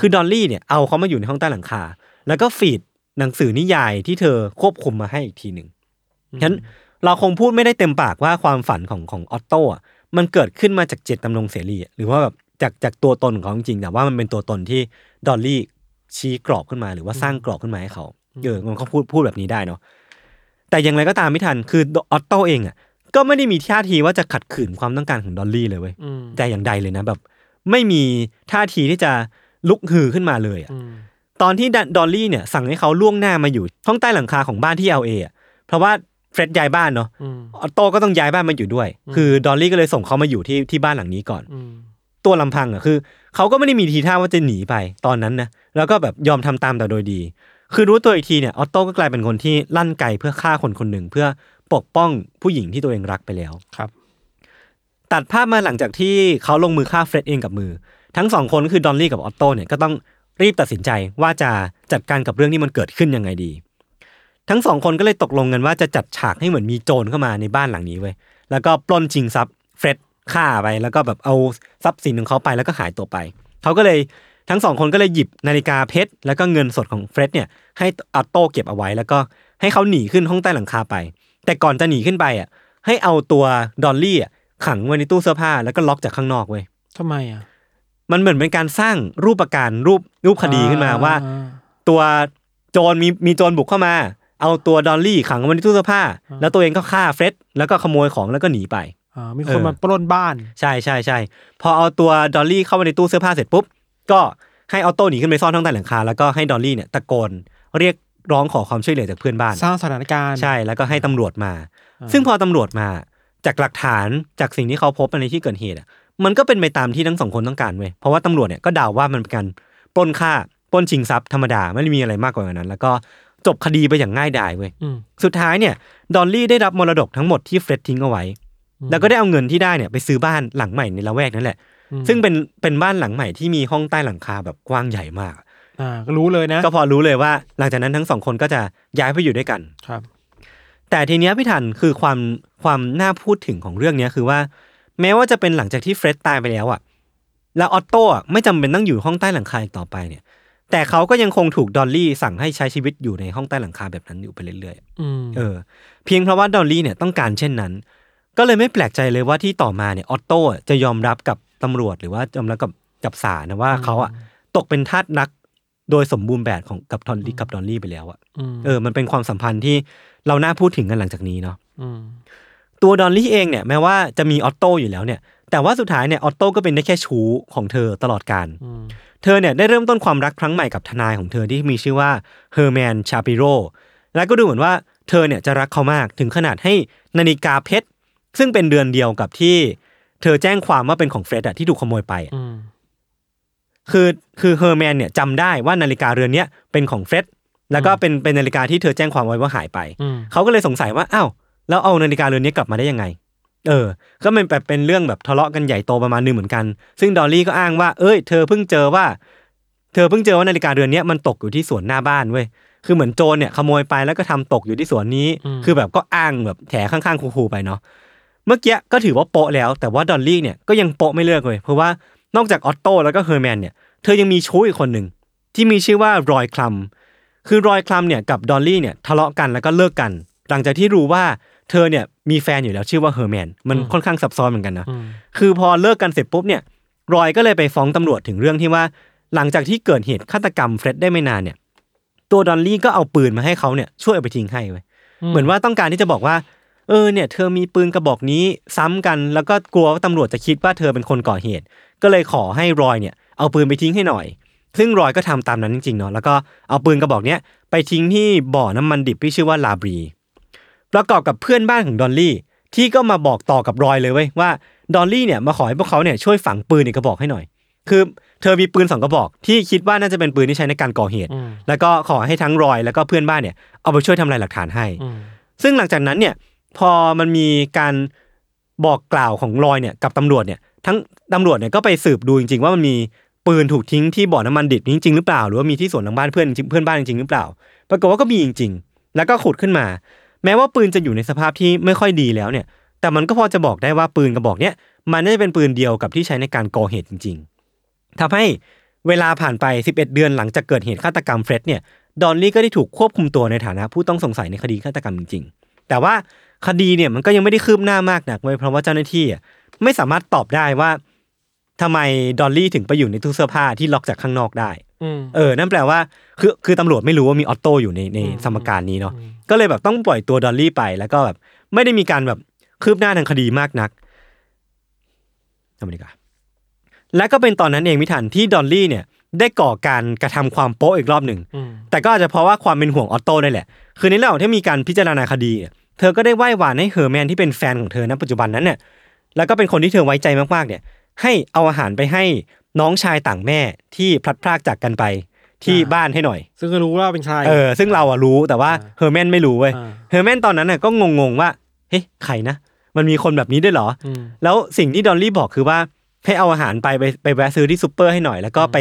คือดอลลี่เนี่ยเอาเขามาอยู่ในห้องใต้หลังคา แล้วก็ฟีดหนังสือนิยายที่เธอควบคุมมาให้อีกทีหนึ่งฉะนั้นเราคงพูดไม่ได้เต็มปากว่าความฝันของของออโต้อะมันเกิดขึ้นมาจากเจตจำนงเสรีอะหรือว่าแบบจากจากตัวตนของเขาจริงๆแต่ว่ามันเป็นตัวตนที่ดอลลี่ชี้กรอบขึ้นมา หรือว่าสร้างกรอบขึ้นมาให้เขาเออมันเขาพูดพูดแบบนี้ได้เนาะ แต่อย่างไรก็ตามไม่ทัน คือออตโต้เองอ่ะก็ไม่ได้มีท่าทีว่าจะขัดขืนความต้องการของดอลลี่เลยเว้ย อืม แต่อย่างใดเลยนะแบบ ไม่มีท่าทีที่จะลุกฮือขึ้นมาเลยอะ อืม ตอนที่ดดอลลี่เนี่ยสั่งให้เขาล่วงหน้ามาอยู่ห้องใต้หลังคาของบ้านที่เอลเอะเพราะว่าเฟร็ดย้ายบ้านเนาะ อืม ออตโต้ก็ต้องย้ายบ้านมาอยู่ด้วย คือดอลลี่ก็เลยส่งเขามาอยู่ที่ที่บ้านหลังนี้ก่อน อืม ตัวลำพังอ่ะคือเขาก็ไม่ได้มีทีท่าว่าจะหนีไปตอนนั้นนะแล้วก็แบบยอมทำตามแต่โดยดี คือรู้ตัวอีกทีเนี่ยออโต้ก็กลายเป็นคนที่ลั่นไกเพื่อฆ่าคนคนหนึ่งเพื่อปกป้องผู้หญิงที่ตัวเองรักไปแล้ว ครับ ตัดภาพมาหลังจากที่เขาลงมือฆ่าเฟร็ดเองกับมือ ทั้งสองคนก็คือดอลลี่กับออตโต้เนี่ยก็ต้องรีบตัดสินใจว่าจะจัดการกับเรื่องที่มันเกิดขึ้นยังไงดี ทั้งสองคนก็เลยตกลงกันว่าจะจัดฉากให้เหมือนมีโจรเข้ามาในบ้านหลังนี้เว้ยแล้วก็ปล้นชิงทรัพย์เฟร็ดฆ่าไปแล้วก็แบบเอาทรัพย์สินของเขาไปแล้วก็หายตัวไปเขาก็เลยทั้งสองคนก็เลยหยิบนาฬิกาเพชรแล้วก็เงินสดของเฟร็ดเนี่ยให้ออตโต้เก็บเอาไว้ แล้วก็ให้เขาหนีขึ้นห้องใต้หลังคาไป แต่ก่อนจะหนีขึ้นไปอ่ะ ให้เอาตัวดอลลี่อะขังไว้ในตู้เสื้อผ้าแล้วก็ล็อกจากข้างนอกเว้ย ทำไมอ่ะ มันเหมือนเป็นการสร้างรูปประการรูปรูปคดีขึ้นมาว่า ตัวโจรมีมีโจรบุกเข้ามา เอาตัวดอลลี่ขังไว้ในตู้เสื้อผ้า แล้วตัวเองก็ฆ่าเฟร็ดแล้วก็ขโมยของแล้วก็หนีไป อ่ามีคนมาปล้นบ้าน ใช่ใช่ใช่พอเอาตัวดอลลี่เข้าไปในตู้เสื้อผ้าเสร็จปุ๊บ ก็ให้ออโต้หนีขึ้นไปซ่อนท้องใต้หลังคาแล้วก็ให้ดอลลี่เนี่ยตะโกนเรียกร้องขอความช่วยเหลือจากเพื่อนบ้าน สร้างสถานการณ์ ใช่แล้วก็ให้ตำรวจมา ซึ่งพอตำรวจมาจากหลักฐานจากสิ่งที่เขาพบในที่เกิดเหตุอะมันก็เป็นไปตามที่ทั้งสองคนต้องการเว้ยเพราะว่าตำรวจเนี่ยก็เดาว่ามันเป็นการปล้นฆ่าปล้นชิงทรัพย์ธรรมดาไม่ได้มีอะไรมากกว่านั้น แล้วก็จบคดีไปอย่างง่ายดายเว้ย อืม สุดท้ายเนี่ยดอลลี่ได้รับมรดกทั้งหมดที่เฟร็ดทิ้งเอาไว้ แล้วก็ได้เอาเงินที่ได้เนี่ยไปซื้อบ้านหลังใหม่ในละแวกนั้นแหละ ซึ่งเป็นเป็นบ้านหลังใหม่ที่มีห้องใต้หลังคาแบบกว้างใหญ่มาก อ่าก็รู้เลยนะ ก็พอรู้เลยว่า หลังจากนั้นทั้งสองคนก็จะย้ายไปอยู่ด้วยกัน ครับ แต่ทีเนี้ยพี่ทันคือความความน่าพูดถึงของเรื่องเนี้ยคือว่า แม้ว่าจะเป็นหลังจากที่เฟร็ดตายไปแล้วอ่ะ แล้วออตโต้อะไม่จำเป็นต้องอยู่ห้องใต้หลังคาอีกต่อไปเนี่ย แต่เขาก็ยังคงถูกดอลลี่สั่งให้ใช้ชีวิตอยู่ในห้องใต้หลังคาแบบนั้นอยู่ไปเรื่อยๆ อืม เออเพียงเพราะว่าดอลลี่เนี่ยต้องการเช่นนั้น ก็เลยไม่แปลกใจเลยว่าที่ต่อมาเนี่ยออตโต้จะยอมรับกับตำรวจหรือว่ายอมรับกับกับศาลนะว่าเขาอะตกเป็นทาสนักโดยสมบูรณ์แบบของกับดอลลี่กับดอลลี่ไปแล้วอะ ม เออมันเป็นความสัมพันธ์ที่เราน่าพูดถึงกันหลังจากนี้เนาะ ม ตัวดอลลี่เองเนี่ยแม้ว่าจะมีออตโต้อยู่แล้วเนี่ย แต่ว่าสุดท้ายเนี่ยออตโต้ก็เป็นได้แค่ชู้ของเธอตลอดการ อืม เธอเนี่ยได้เริ่มต้นความรักครั้งใหม่กับทนายของเธอที่มีชื่อว่าเฮอร์แมนชาปิโรและก็ดูเหมือนว่าเธอเนี่ยจะรักเขามากถึงขนาดให้นาฬิกาเพชร ซึ่งเป็นเดือนเดียวกับที่เธอแจ้งความว่าเป็นของเฟร็ดอะที่ถูกขโมยไปอะ อืม คือคือเฮอร์แมนเนี่ยจำได้ว่านาฬิกาเรือนเนี้ยเป็นของเฟร็ดแล้วก็เป็นเป็นนาฬิกาที่เธอแจ้งความไว้ว่าหายไป อืม เขาก็เลยสงสัยว่าอ้าวแล้วเอานาฬิกาเรือนนี้กลับมาได้ยังไง เออ ก็เป็นแบบเป็นเรื่องแบบทะเลาะกันใหญ่โตประมาณหนึงเหมือนกัน ซึ่งดอลลี่ก็อ้างว่า เอ้ย เธอเพิ่งเจอว่า เธอเพิ่งเจอว่านาฬิกาเรือนเนี้ยมันตกอยู่ที่สวนหน้าบ้านเว้ย คือเหมือนโจรเนี่ยขโมยไปแล้วก็ทำตกอยู่ที่สวนนี้ คือแบบก็อ้างแบบแถข้างๆคูๆไปเนาะ เมื่อกี้ก็ถือว่าโปะแล้ว แต่ว่าดอลลี่เนี่ยก็ยังโปะไม่เลิกเลยเพราะว่านอกจากออตโต้แล้วก็เฮอร์แมนเนี่ย เธอยังมีชู้อีกคนหนึ่งที่มีชื่อว่ารอยคลัม คือรอยคลัมเนี่ยกับดอลลี่เนี่ยทะเลาะกันแล้วก็เลิกกัน หลังจากที่รู้ว่าเธอเนี่ยมีแฟนอยู่แล้วชื่อว่าเฮอร์แมนมันค่อนข้างซับซ้อนเหมือนกันนะ อืม คือพอเลิกกันเสร็จปุ๊บเนี่ยรอยก็เลยไปฟ้องตำรวจถึงเรื่องที่ว่า หลังจากที่เกิดเหตุฆาตกรรมเฟร็ดได้ไม่นานเนี่ย ตัวดอลลี่ก็เอาปืนมาให้เขาเนี่ยช่วยเอาไปทิ้งให้ไว้ยเหมือนว่าต้องการที่จะบอกว่า เออเนี่ย เธอมีปืนกระบอกนี้ซ้ำกันแล้วก็กลัวว่าตำรวจจะคิดว่าเธอเป็นคนก่อเหตุ ก็เลยขอให้รอยเนี่ยเอาปืนไปทิ้งให้หน่อย ซึ่งรอยก็ทำตามนั้นจริงๆเนาะแล้วก็เอาปืนกระบอกเนี้ยไปทิ้งที่บ่อน้ำมันดิบที่ชื่อว่าลาบรี ประกอบกับเพื่อนบ้านของดอลลี่ ที่ก็มาบอกต่อกับรอยเลยเว้ยว่าดอลลี่เนี่ยมาขอให้พวกเขาเนี่ยช่วยฝังปืนอีกกระบอกให้หน่อย คือเธอมีปืนสองกระบอก ที่คิดว่าน่าจะเป็นปืนที่ใช้ในการก่อเหตุ อืม แล้วก็ขอให้ทั้งรอยแล้วก็เพื่อนบ้านเนี่ยเอาไปช่วยทำลายหลักฐานให้ อืม ซึ่งหลังจากนั้นเนี่ยพอมันมีการบอกกล่าวของรอยเนี่ยกับตำรวจเนี่ยทั้งตำรวจเนี่ยก็ไปสืบดูจริง ๆ ว่ามันมีปืนถูกทิ้งที่บ่อน้ำมันดิบนี้จริงหรือเปล่า หรือว่ามีที่สวนหลังบ้านเพื่อนจริงเพื่อนบ้านจริงหรือเปล่า ปรากฏว่าก็มีจริง ๆ แล้วก็ขุดขึ้นมา แม้ว่าปืนจะอยู่ในสภาพที่ไม่ค่อยดีแล้วเนี่ย แต่มันก็พอจะบอกได้ว่าปืนกระบอกเนี้ยมันน่าจะเป็นปืนเดียวกับที่ใช้ในการก่อเหตุจริง ๆทำให้เวลาผ่านไป 11 เดือนหลังจากเกิดเหตุฆาตกรรมเฟร็ดเนี่ยดอลลี่ก็ได้ถูกควบคุมตัวในฐานะผู้ต้องสงสัยในคดีฆาตกรรมจริง ๆ แต่ว่าคดีเนี่ยมันก็ยังไม่ได้คืบหน้ามากนักเว้ยเพราะว่าเจ้าหน้าที่อ่ะไม่สามารถตอบได้ว่าทำไมดอลลี่ถึงไปอยู่ในตู้เสื้อผ้าที่ล็อกจากข้างนอกได้ อืม เออ นั่นแปลว่า คือ คือตำรวจไม่รู้ว่ามีออโต้อยู่ใน ใน อืม สมการนี้เนาะ ก็เลยแบบต้องปล่อยตัวดอลลี่ไป แล้วก็แบบ ไม่ได้มีการแบบคืบหน้าทางคดีมากนัก อเมริกา และก็เป็นตอนนั้นเองมิถันที่ดอลลี่เนี่ย ได้ก่อการกระทำความโป๊ะอีกรอบหนึ่ง อืม แต่ก็อาจจะเพราะว่าความเป็นห่วงออตโต้นี่แหละ คือในระหว่างที่มีการพิจารณาคดีเนี่ยเธอก็ได้ไหว้หวานให้เฮอร์แมนที่เป็นแฟนของเธอณปัจจุบันนั้นเนี่ย แล้วก็เป็นคนที่เธอไว้ใจมากๆเนี่ย ให้เอาอาหารไปให้น้องชายต่างแม่ที่พลัดพรากจากกันไปที่บ้านให้หน่อย ซึ่งก็รู้ว่าเป็นใคร เออ ซึ่งเราอะรู้แต่ว่าเฮอร์แมนไม่รู้เว้ย อ่า เฮอร์แมนตอนนั้นน่ะก็งงๆว่า เฮ้ยใครนะ มันมีคนแบบนี้ด้วยเหรอ ม แล้วสิ่งที่ดอลลี่บอกคือว่าให้เอาอาหารไปไปไปแวะซื้อที่ซูเปอร์ให้หน่อย แล้วก็ไป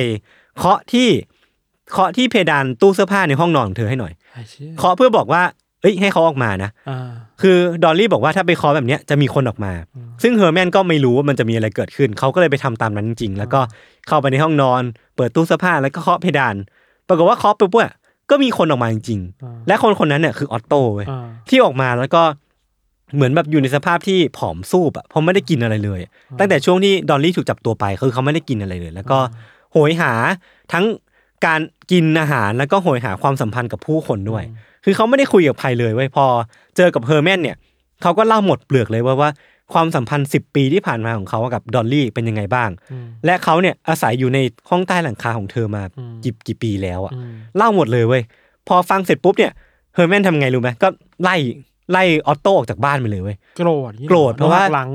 เคาะที่เคาะที่เพดานตู้เสื้อผ้าในห้องนอนของเธอให้หน่อย ไอ้เชี่ย เคาะเพื่อบอกว่า เอ้ยให้เขาออกมานะ อ่า คือดอลลี่บอกว่าถ้าไปเคาะแบบเนี้ยจะมีคนออกมา ซึ่งเฮอร์แมนก็ไม่รู้ว่ามันจะมีอะไรเกิดขึ้น เขาก็เลยไปทำตามนั้นจริงๆแล้วก็เข้าไปในห้องนอน เปิดตู้เสื้อผ้าแล้วก็เคาะเพดาน ปรากฏว่าเคาะไปปุ๊บอะก็มีคนออกมาจริง อ่า ๆ และคนคนนั้นเนี่ยคือออตโตเว้ย อ่า ที่ออกมาแล้วก็เหมือนแบบอยู่ในสภาพที่ผอมซูบอะเพราะไม่ได้กินอะไรเลยอะตั้งแต่ช่วงที่ดอลลี่ถูกจับตัวไปคือเขาไม่ได้กินอะไรเลย แล้วก็โหยหาทั้งการกินอาหารแล้วก็โหยหาความสัมพันธ์กับผู้คนด้วย คือเขาไม่ได้คุยกับใครเลยเว้ยพอเจอกับเฮอร์แมนเนี่ยเขาก็เล่าหมดเปลือกเลยว่าว่าความสัมพันธ์ 10 ปีที่ผ่านมาของเขากับดอลลี่เป็นยังไงบ้าง อืม และเขาเนี่ยอาศัยอยู่ในห้องใต้หลังคาของเธอมา อืม กี่กี่ปีแล้วอะ อืม เล่าหมดเลยเว้ย พอฟังเสร็จปุ๊บเนี่ยเฮอร์แมนทำไงรู้ไหมก็ไล่ไล่ออตโต้ออกจากบ้านไปเลยเว้ย โกรธอย่างนี้ โกรธเพราะว่า หักหลัง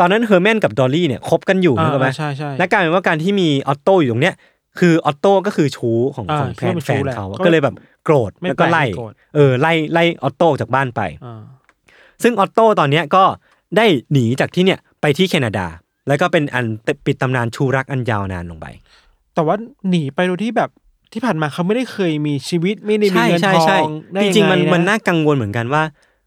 ตอนนั้นเฮอร์แมนกับดอลลี่เนี่ยคบกันอยู่ อ่า นะครัไหม ใช่ใช่ และกลายเป็นว่าการที่มีออตโต้อยู่ตรงเนี้ยคือออตโต้ก็คือชู้ของ อ่า ของแฟน คิดว่าเป็น แฟ ชู้ น แหละ เขาอะ ก็ ก็เลยแบบโกรธ ไม่ แล้วก็ไล่ แปลกที่โกรธ เออไล่ไล่ออตโต้ออกจากบ้านไป อ่า ซึ่งออตโต้ตอนเนี้ยก็ได้หนีจากที่เนี่ยไปที่แคนาดา แล้วก็เป็นอันปิดตำนานชูรักอันยาวนานลงไป แต่ว่าหนีไปโดยที่แบบที่ผ่านมาเขาไม่ได้เคยมีชีวิตไม่ได้มี ใช่ เงิน ใช่ ทอ ใช่ งได้ จ ยั ริงๆมัน ไะ มันน่ากังวลเหมือนกันว่า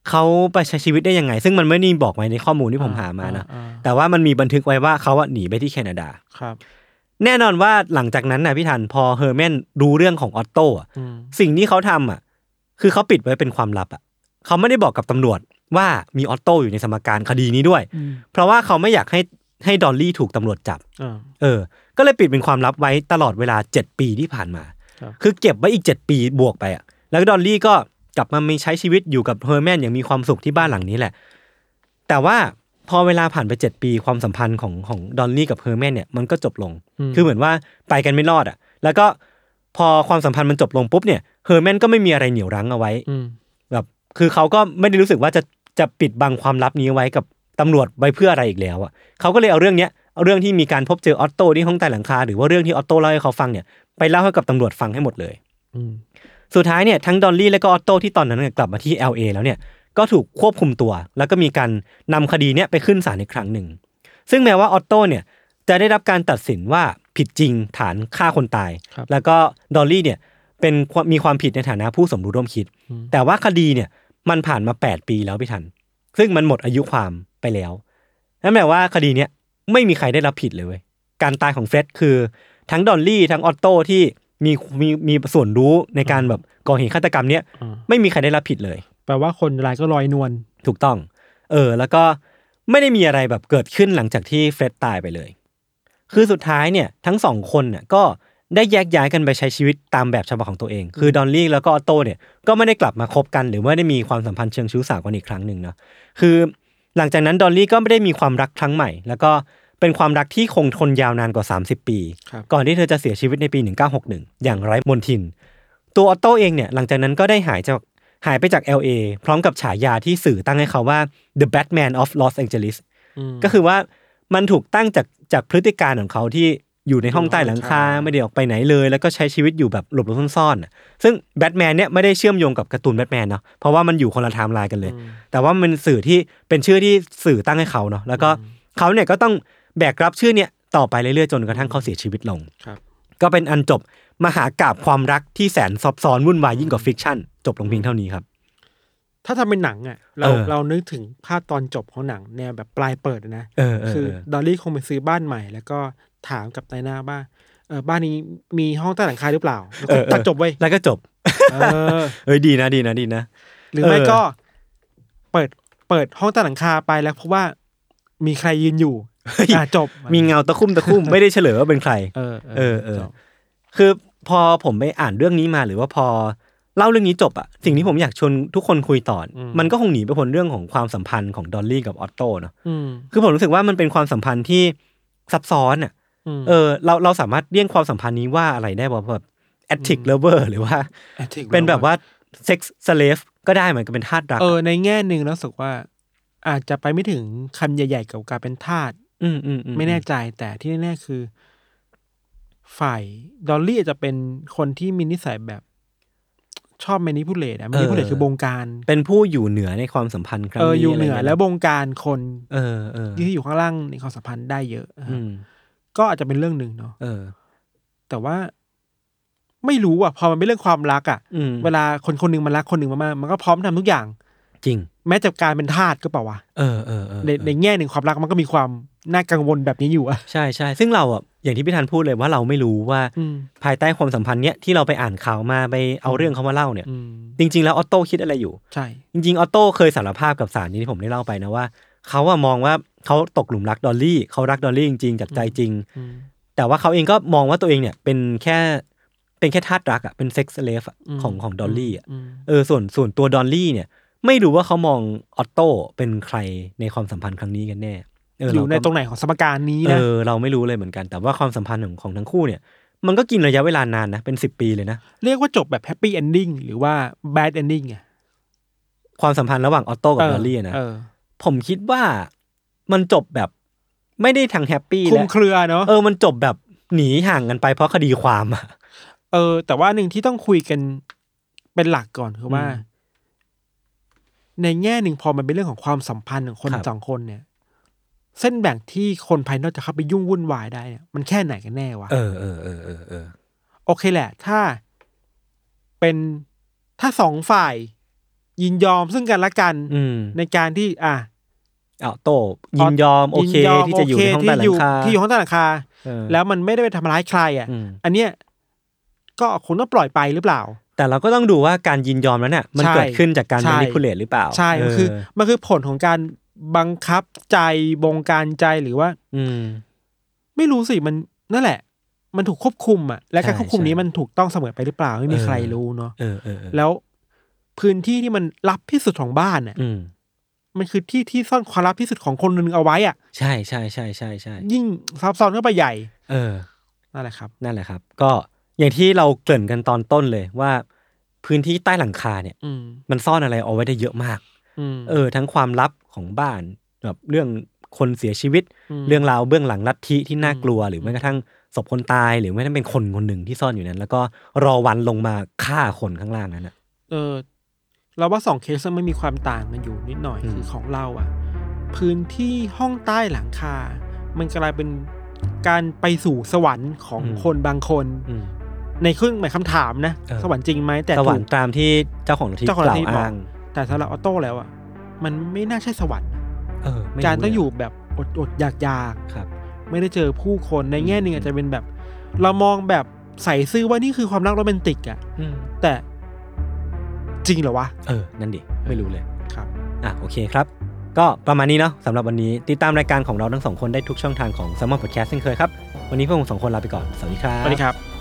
เขาไปใช้ชีวิตได้ยังไง ซึ่งมันไม่ได้บอกไว้ในข้อมูลที่ผมหามานะ อ่าอ่า แต่ว่ามันมีบันทึกไว้ว่าเขาอะหนีไปที่แคนาดา ครับ แน่นอนว่าหลังจากนั้นนะพี่ทันพอเฮอร์แมนรู้เรื่องของออตโต้อะ อืม สิ่งที่เขาทำอ่ะ คือเขาปิดไว้เป็นความลับอ่ะเขาไม่ได้บอกกับตำรวจว่ามีออตโต้อยู่ในสมการคดีนี้ด้วย อืม เพราะว่าเขาไม่อยากให้ให้ดอลลี่ถูกตำรวจจับ อ่า เออ ก็เลยปิดเป็นความลับไว้ตลอดเวลาเจ็ดปีที่ผ่านมา ครับ คือเก็บไว้อีกเจ็ดปีบวกไปอะแล้วก็ดอลลี่ก็กลับมามีใช้ชีวิตอยู่กับเฮอร์แมนอย่างมีความสุขที่บ้านหลังนี้แหละ แต่ว่าพอเวลาผ่านไปเจ็ดปีความสัมพันธ์ของของดอลลี่กับเฮอร์แมนเนี่ยมันก็จบลง คือเหมือนว่าไปกันไม่รอดอะแล้วก็พอความสัมพันธ์มันจบลงปุ๊บเนี่ยเฮอร์แมนก็ไม่มีอะไรเหนี่ยวรั้งเอาไว้ อืม แบบคือเขาก็ไม่ได้รู้สึกว่าจะจะปิดบังความลับนี้ไว้กับตำรวจไว้เพื่ออะไรอีกแล้วอ่ะเขาก็เลยเอาเรื่องเนี้ยเอาเรื่องที่มีการพบเจอออตโต้ที่ห้องใต้หลังคาหรือว่าเรื่องที่ออตโต้เล่าให้เขาฟังเนี่ยไปเล่าให้กับตำรวจฟังให้หมดเลย อืม สุดท้ายเนี่ยทั้งดอลลี่และก็ออตโต้ที่ตอนนั้นเนี่ยกลับมาที่ LA แล้วเนี่ยก็ถูกควบคุมตัว แล้วก็มีการนำคดีเนี่ยไปขึ้นศาลอีกครั้งหนึ่ง ซึ่งแม้ว่าออตโต้เนี่ยจะได้รับการตัดสินว่าผิดจริงฐานฆ่าคนตาย แล้วก็ดอลลี่เนี่ยเป็นความมีความผิดในฐานะผู้สมรู้ร่วมคิด แต่ว่าคดีเนี่ยมันผ่านมา 8 ปีแล้วพี่ทัน ซึ่งมันหมดอายุความไปแล้วนั่นแปลว่าคดีเนี้ยไม่มีใครได้รับผิดเลยเว้ยการตายของเฟร็ดคือ ทั้งดอลลี่ทั้งออตโต้ที่มีมีมีส่วนรู้ในการแบบก่อเหตุฆาตกรรมเนี้ย อ่า ไม่มีใครได้รับผิดเลย แปลว่าคนร้ายก็ลอยนวล ถูกต้อง เออ แล้วก็ไม่ได้มีอะไรแบบเกิดขึ้นหลังจากที่เฟร็ดตายไปเลย คือสุดท้ายเนี่ยทั้งสองคนเนี่ยก็ได้แยกย้ายกันไปใช้ชีวิตตามแบบฉบับของตัวเอง คือดอลลี่แล้วก็ออตโต้เนี่ยก็ไม่ได้กลับมาคบกัน หรือไม่ได้มีความสัมพันธ์เชิงชู้สาวกันอีกครั้งหนึ่งเนาะ คือหลังจากนั้นดอลลี่ก็ไม่ได้มีความรักครั้งใหม่ แล้วก็เป็นความรักที่คงทนยาวนานกว่า 30 ปี ครับ ก่อนที่เธอจะเสียชีวิตในปี 1961 อย่างไร้มนทิน ตัวออตโต้เองเนี่ยหลังจากนั้นก็ได้หายจากหายไปจาก LA พร้อมกับฉายาที่สื่อตั้งให้เขาว่า The Batman of Los Angeles ก็คือว่ามันถูกตั้งจากจากพฤติการของเขาที่อยู่ในห้องใต้หลังคาไม่ได้ออกไปไหนเลย แล้วก็ใช้ชีวิตอยู่แบบหลบหลบซ่อนๆน่ะซึ่งแบทแมนเนี่ยไม่ได้เชื่อมโยงกับการ์ตูนแบทแมนเนาะเพราะว่ามันอยู่คนละไทม์ไลน์กันเลย แต่ว่ามันสื่อที่เป็นชื่อที่สื่อตั้งให้เขาเนาะแล้วก็เขาเนี่ยก็ต้องแบกรับชื่อเนี่ยต่อไปเรื่อยๆจนกระทั่งเขาเสียชีวิตลง ครับ ก็เป็นอันจบมหากาบความรักที่แสนซับซ้อนวุ่นวายยิ่งกว่าฟิกชั่น จบลงเพียงเท่านี้ครับ ถ้าทำเป็นหนังอ่ะเรา เออ เรานึกถึงภาพตอนจบของหนังแนวแบบปลายเปิดนะ เออเออ คือ เออ ดอลลี่คงไปซื้อบ้านใหม่ แล้วก็ถามกับนายหน้าว่าเออบ้านนี้มีห้องใต้หลังคาหรือเปล่าแล้วก็ตัดจบไว้ย แล้วก็จบ เออ เอ้ยดีนะดีนะดีนะ หรือไม่ เออ ก็เปิดเปิดห้องใต้หลังคาไปแล้วพบว่ามีใครยืนอยู่อ่ะจบ มีเงาตะคุ่มตะคุ่ม ไม่ได้เฉลยว่าเป็นใคร เออ เออเออ จบ คือพอผมไปอ่านเรื่องนี้มาหรือว่าพอเล่าเรื่องนี้จบอะสิ่งที่ผมอยากชวนทุกคนคุยต่ออมันก็คงหนีไปพ้นเรื่องของความสัมพันธ์ของดอลลี่กับออตโต้เนาะ อืม คือผมรู้สึกว่ามันเป็นความสัมพันธ์ที่ซับซ้อนอะ อืม เออเราเราสามารถเรียกความสัมพันธ์นี้ว่าอะไรได้บ้างแบบแอดทิกเลเวอร์หรือว่า เป็นแบบว่าเซ็กซ์สเลฟก็ได้เหมือนกับเป็นทาสรัก เออในแง่หนึ่งแล้วรู้สึกว่า อาจจะไปไม่ถึงคำใหญ่ๆเกี่ยวกับการเป็นทาส อืมอืมอืม ไม่แน่ใจแต่ที่แน่ๆคือ ฝ่ายดอลลี่อาจจะเป็นคนที่มีนิสัยแบบชอบแมนิพูเลตอะแมนิพูเลตคือบงการ เป็นผู้อยู่เหนือในความสัมพันธ์ครั้ง เอออยู่นี้ะ เห ไร นือ งี้ แล้วบงการคน เออเออ ที่อยู่ข้างล่างในความสัมพันธ์ได้เยอะอะ อืม ก็อาจจะเป็นเรื่องหนึ่งเนาะ เออ แต่ว่า ไม่รู้อ่ะพอมันเป็นเรื่องความรักอ่ะ อืม เวลาคนคนหนึ่งมันรักคนหนึ่งมากๆมันก็พร้อมทำทุกอย่าง จริง แม้จะการเป็นทาสก็เปล่าวะ เออเออเออ ในในแง่หนึ่งความรักมันก็มีความน่ากังวลแบบนี้อยู่อ่ะ ใช่ใช่ซึ่งเราอ่ะอย่างที่พี่ธันพูดเลยว่าเราไม่รู้ว่า อืม ภายใต้ความสัมพันธ์เนี้ยที่เราไปอ่านข่าวมาไปเอาเรื่องเขามาเล่าเนี่ย อืม จริง ๆ แล้วออตโต้คิดอะไรอยู่ ใช่ จริงๆออตโต้เคยสารภาพกับสารนี้ที่ผมได้เล่าไปนะว่าเขาอะมองว่าเขาตกหลุมรักดอลลี่เขารักดอลลี่จริงๆจากใจจริง อืม แต่ว่าเขาเองก็มองว่าตัวเองเนี่ยเป็นแค่เป็นแค่ทาสรักอะเป็นเซ็กซ์เลฟ อืม ของของดอลลี่อะ อืม เออส่วนส่วนตัวดอลลี่เนี่ย ไม่รู้ว่าเขามองออตโต้เป็นใครในความสัมพันธ์ครั้งนี้กันแน่เออ อ เา ยู่ใน ก็ ตรงไหนของสมการนี้ เอ นะ อเราไม่รู้เลยเหมือนกัน แต่ว่าความสัมพันธ์ของของทั้งคู่เนี่ย มันก็กินระยะเวลานานนะเป็นสิบปีเลยนะ เรียกว่าจบแบบแฮปปี้เอนดิ้งหรือว่าแบดเอนดิ้งอะ ความสัมพันธ์ระหว่างออตโต้กับดอลลี่อะนะ เออ ผมคิดว่ามันจบแบบไม่ได้ทางแฮปปี้ คลุ แล้ ม ว เครือเนาะ เออมันจบแบบหนีห่างกันไปเพราะคดีความอะ เออ แต่ว่าหนึ่งที่ต้องคุยกันเป็นหลักก่อนคือว่า อืม ในแง่หนึ่งพอมันเป็นเรื่องของความสัมพันธ์ของคน ครับ สองคนเนี่ย เส้นแบ่งที่คนภายนอกจะเข้าไปยุ่งวุ่นวายได้เนี่ยมันแค่ไหนกันแน่วะ เออเออเออเออเออ โอเคแหละ ถ้าเป็นถ้าสองฝ่าย ยินยอมซึ่งกันและกัน อืม ในการที่ อ่ะ เอาโต้ยินยอมโอเคที่จะอยู่ในห้องใต้หลังคา ที่อยู่ห้องใต้หลังคา เออ แล้วมันไม่ได้ไปทำร้ายใครอ่ะ อืม อันเนี้ยก็คงต้องปล่อยไปหรือเปล่า แต่เราก็ต้องดูว่าการยินยอมแล้วเนี่ยมัน ใช่ เกิดขึ้นจากการ ใช่ แมนิพูเลตหรือเปล่า ใช่ มันคือมันคือผลของการบังคับใจบงการใจหรือว่า อืม ไม่รู้สิมันนั่นแหละ มันถูกควบคุมอ่ะและการ ใช่ ควบคุมนี้ ใช่ มันถูกต้องเสมอไปหรือเปล่าไม่มี เออ ใครรู้เนาะ เออเออเออ แล้วพื้นที่ที่มันลับที่สุดของบ้านอ่ะ อืม มันคือที่ที่ซ่อนความลับที่สุดของคนหนึ่งเอาไว้อ่ะ ใช่ใช่ใช่ใช่ใช่ ยิ่งซับซ้อนเข้าไปใหญ่ เออ นั่นแหละครับ นั่นแหละครับ ก็อย่างที่เราเกริ่นกันตอนต้นเลยว่า พื้นที่ใต้หลังคาเนี่ย อืม มันซ่อนอะไรเอาไว้ได้เยอะมาก อืม เออ ทั้งความลับของบ้านแบบเรื่องคนเสียชีวิต อืม เรื่องราวเบื้องหลังลัทธิที่น่า อืม กลัว หรือแม้กระทั่งศพคนตาย หรือแม้กระทั่งเป็นคนคนหนึ่งที่ซ่อนอยู่นั้น แล้วก็รอวันลงมาฆ่าคนข้างล่างนั้นอ่ะ เออเราว่าสองเคสมันมีความต่างกันอยู่นิดหน่อย อืม คือของเราอ่ะ พื้นที่ห้องใต้หลังคา มันกลายเป็นการไปสู่สวรรค์ของคนบางคน อืม ในเครื่องหมายคำถามนะ เออ สวรรค์จริงไหมแต่ ส ถูก วรรค์ตามที่เจ้าของลัทธิ เจ้าของ ก ลั ล่า ท ว ธิบอก อ้าง แต่สำหรับออโต้แล้วอ่ะ มันไม่น่าใช่สวรรค์นะ เออไม่ การต้อง เล อยู่แบบอดอดอยากอยาก ครับ ๆไม่ได้เจอผู้คนในแง่หนึ่ง อืม อาจจะเป็นแบบ เรามองแบบใส่ซื่อว่านี่คือความรักโรแมนติกอ่ะ อืม แต่จริงเหรอวะ เออ นั่นดิไม่รู้เลย ครับ อ่ะโอเคครับ ก็ประมาณนี้เนาะสำหรับวันนี้ ติดตามรายการของเราทั้งสองคนได้ทุกช่องทางของ s ซ m m o n Podcast เช่นเคยครับ วันนี้พวกผมสองคนลาไปก่อน สวัสดีครับ สวัสดีครับ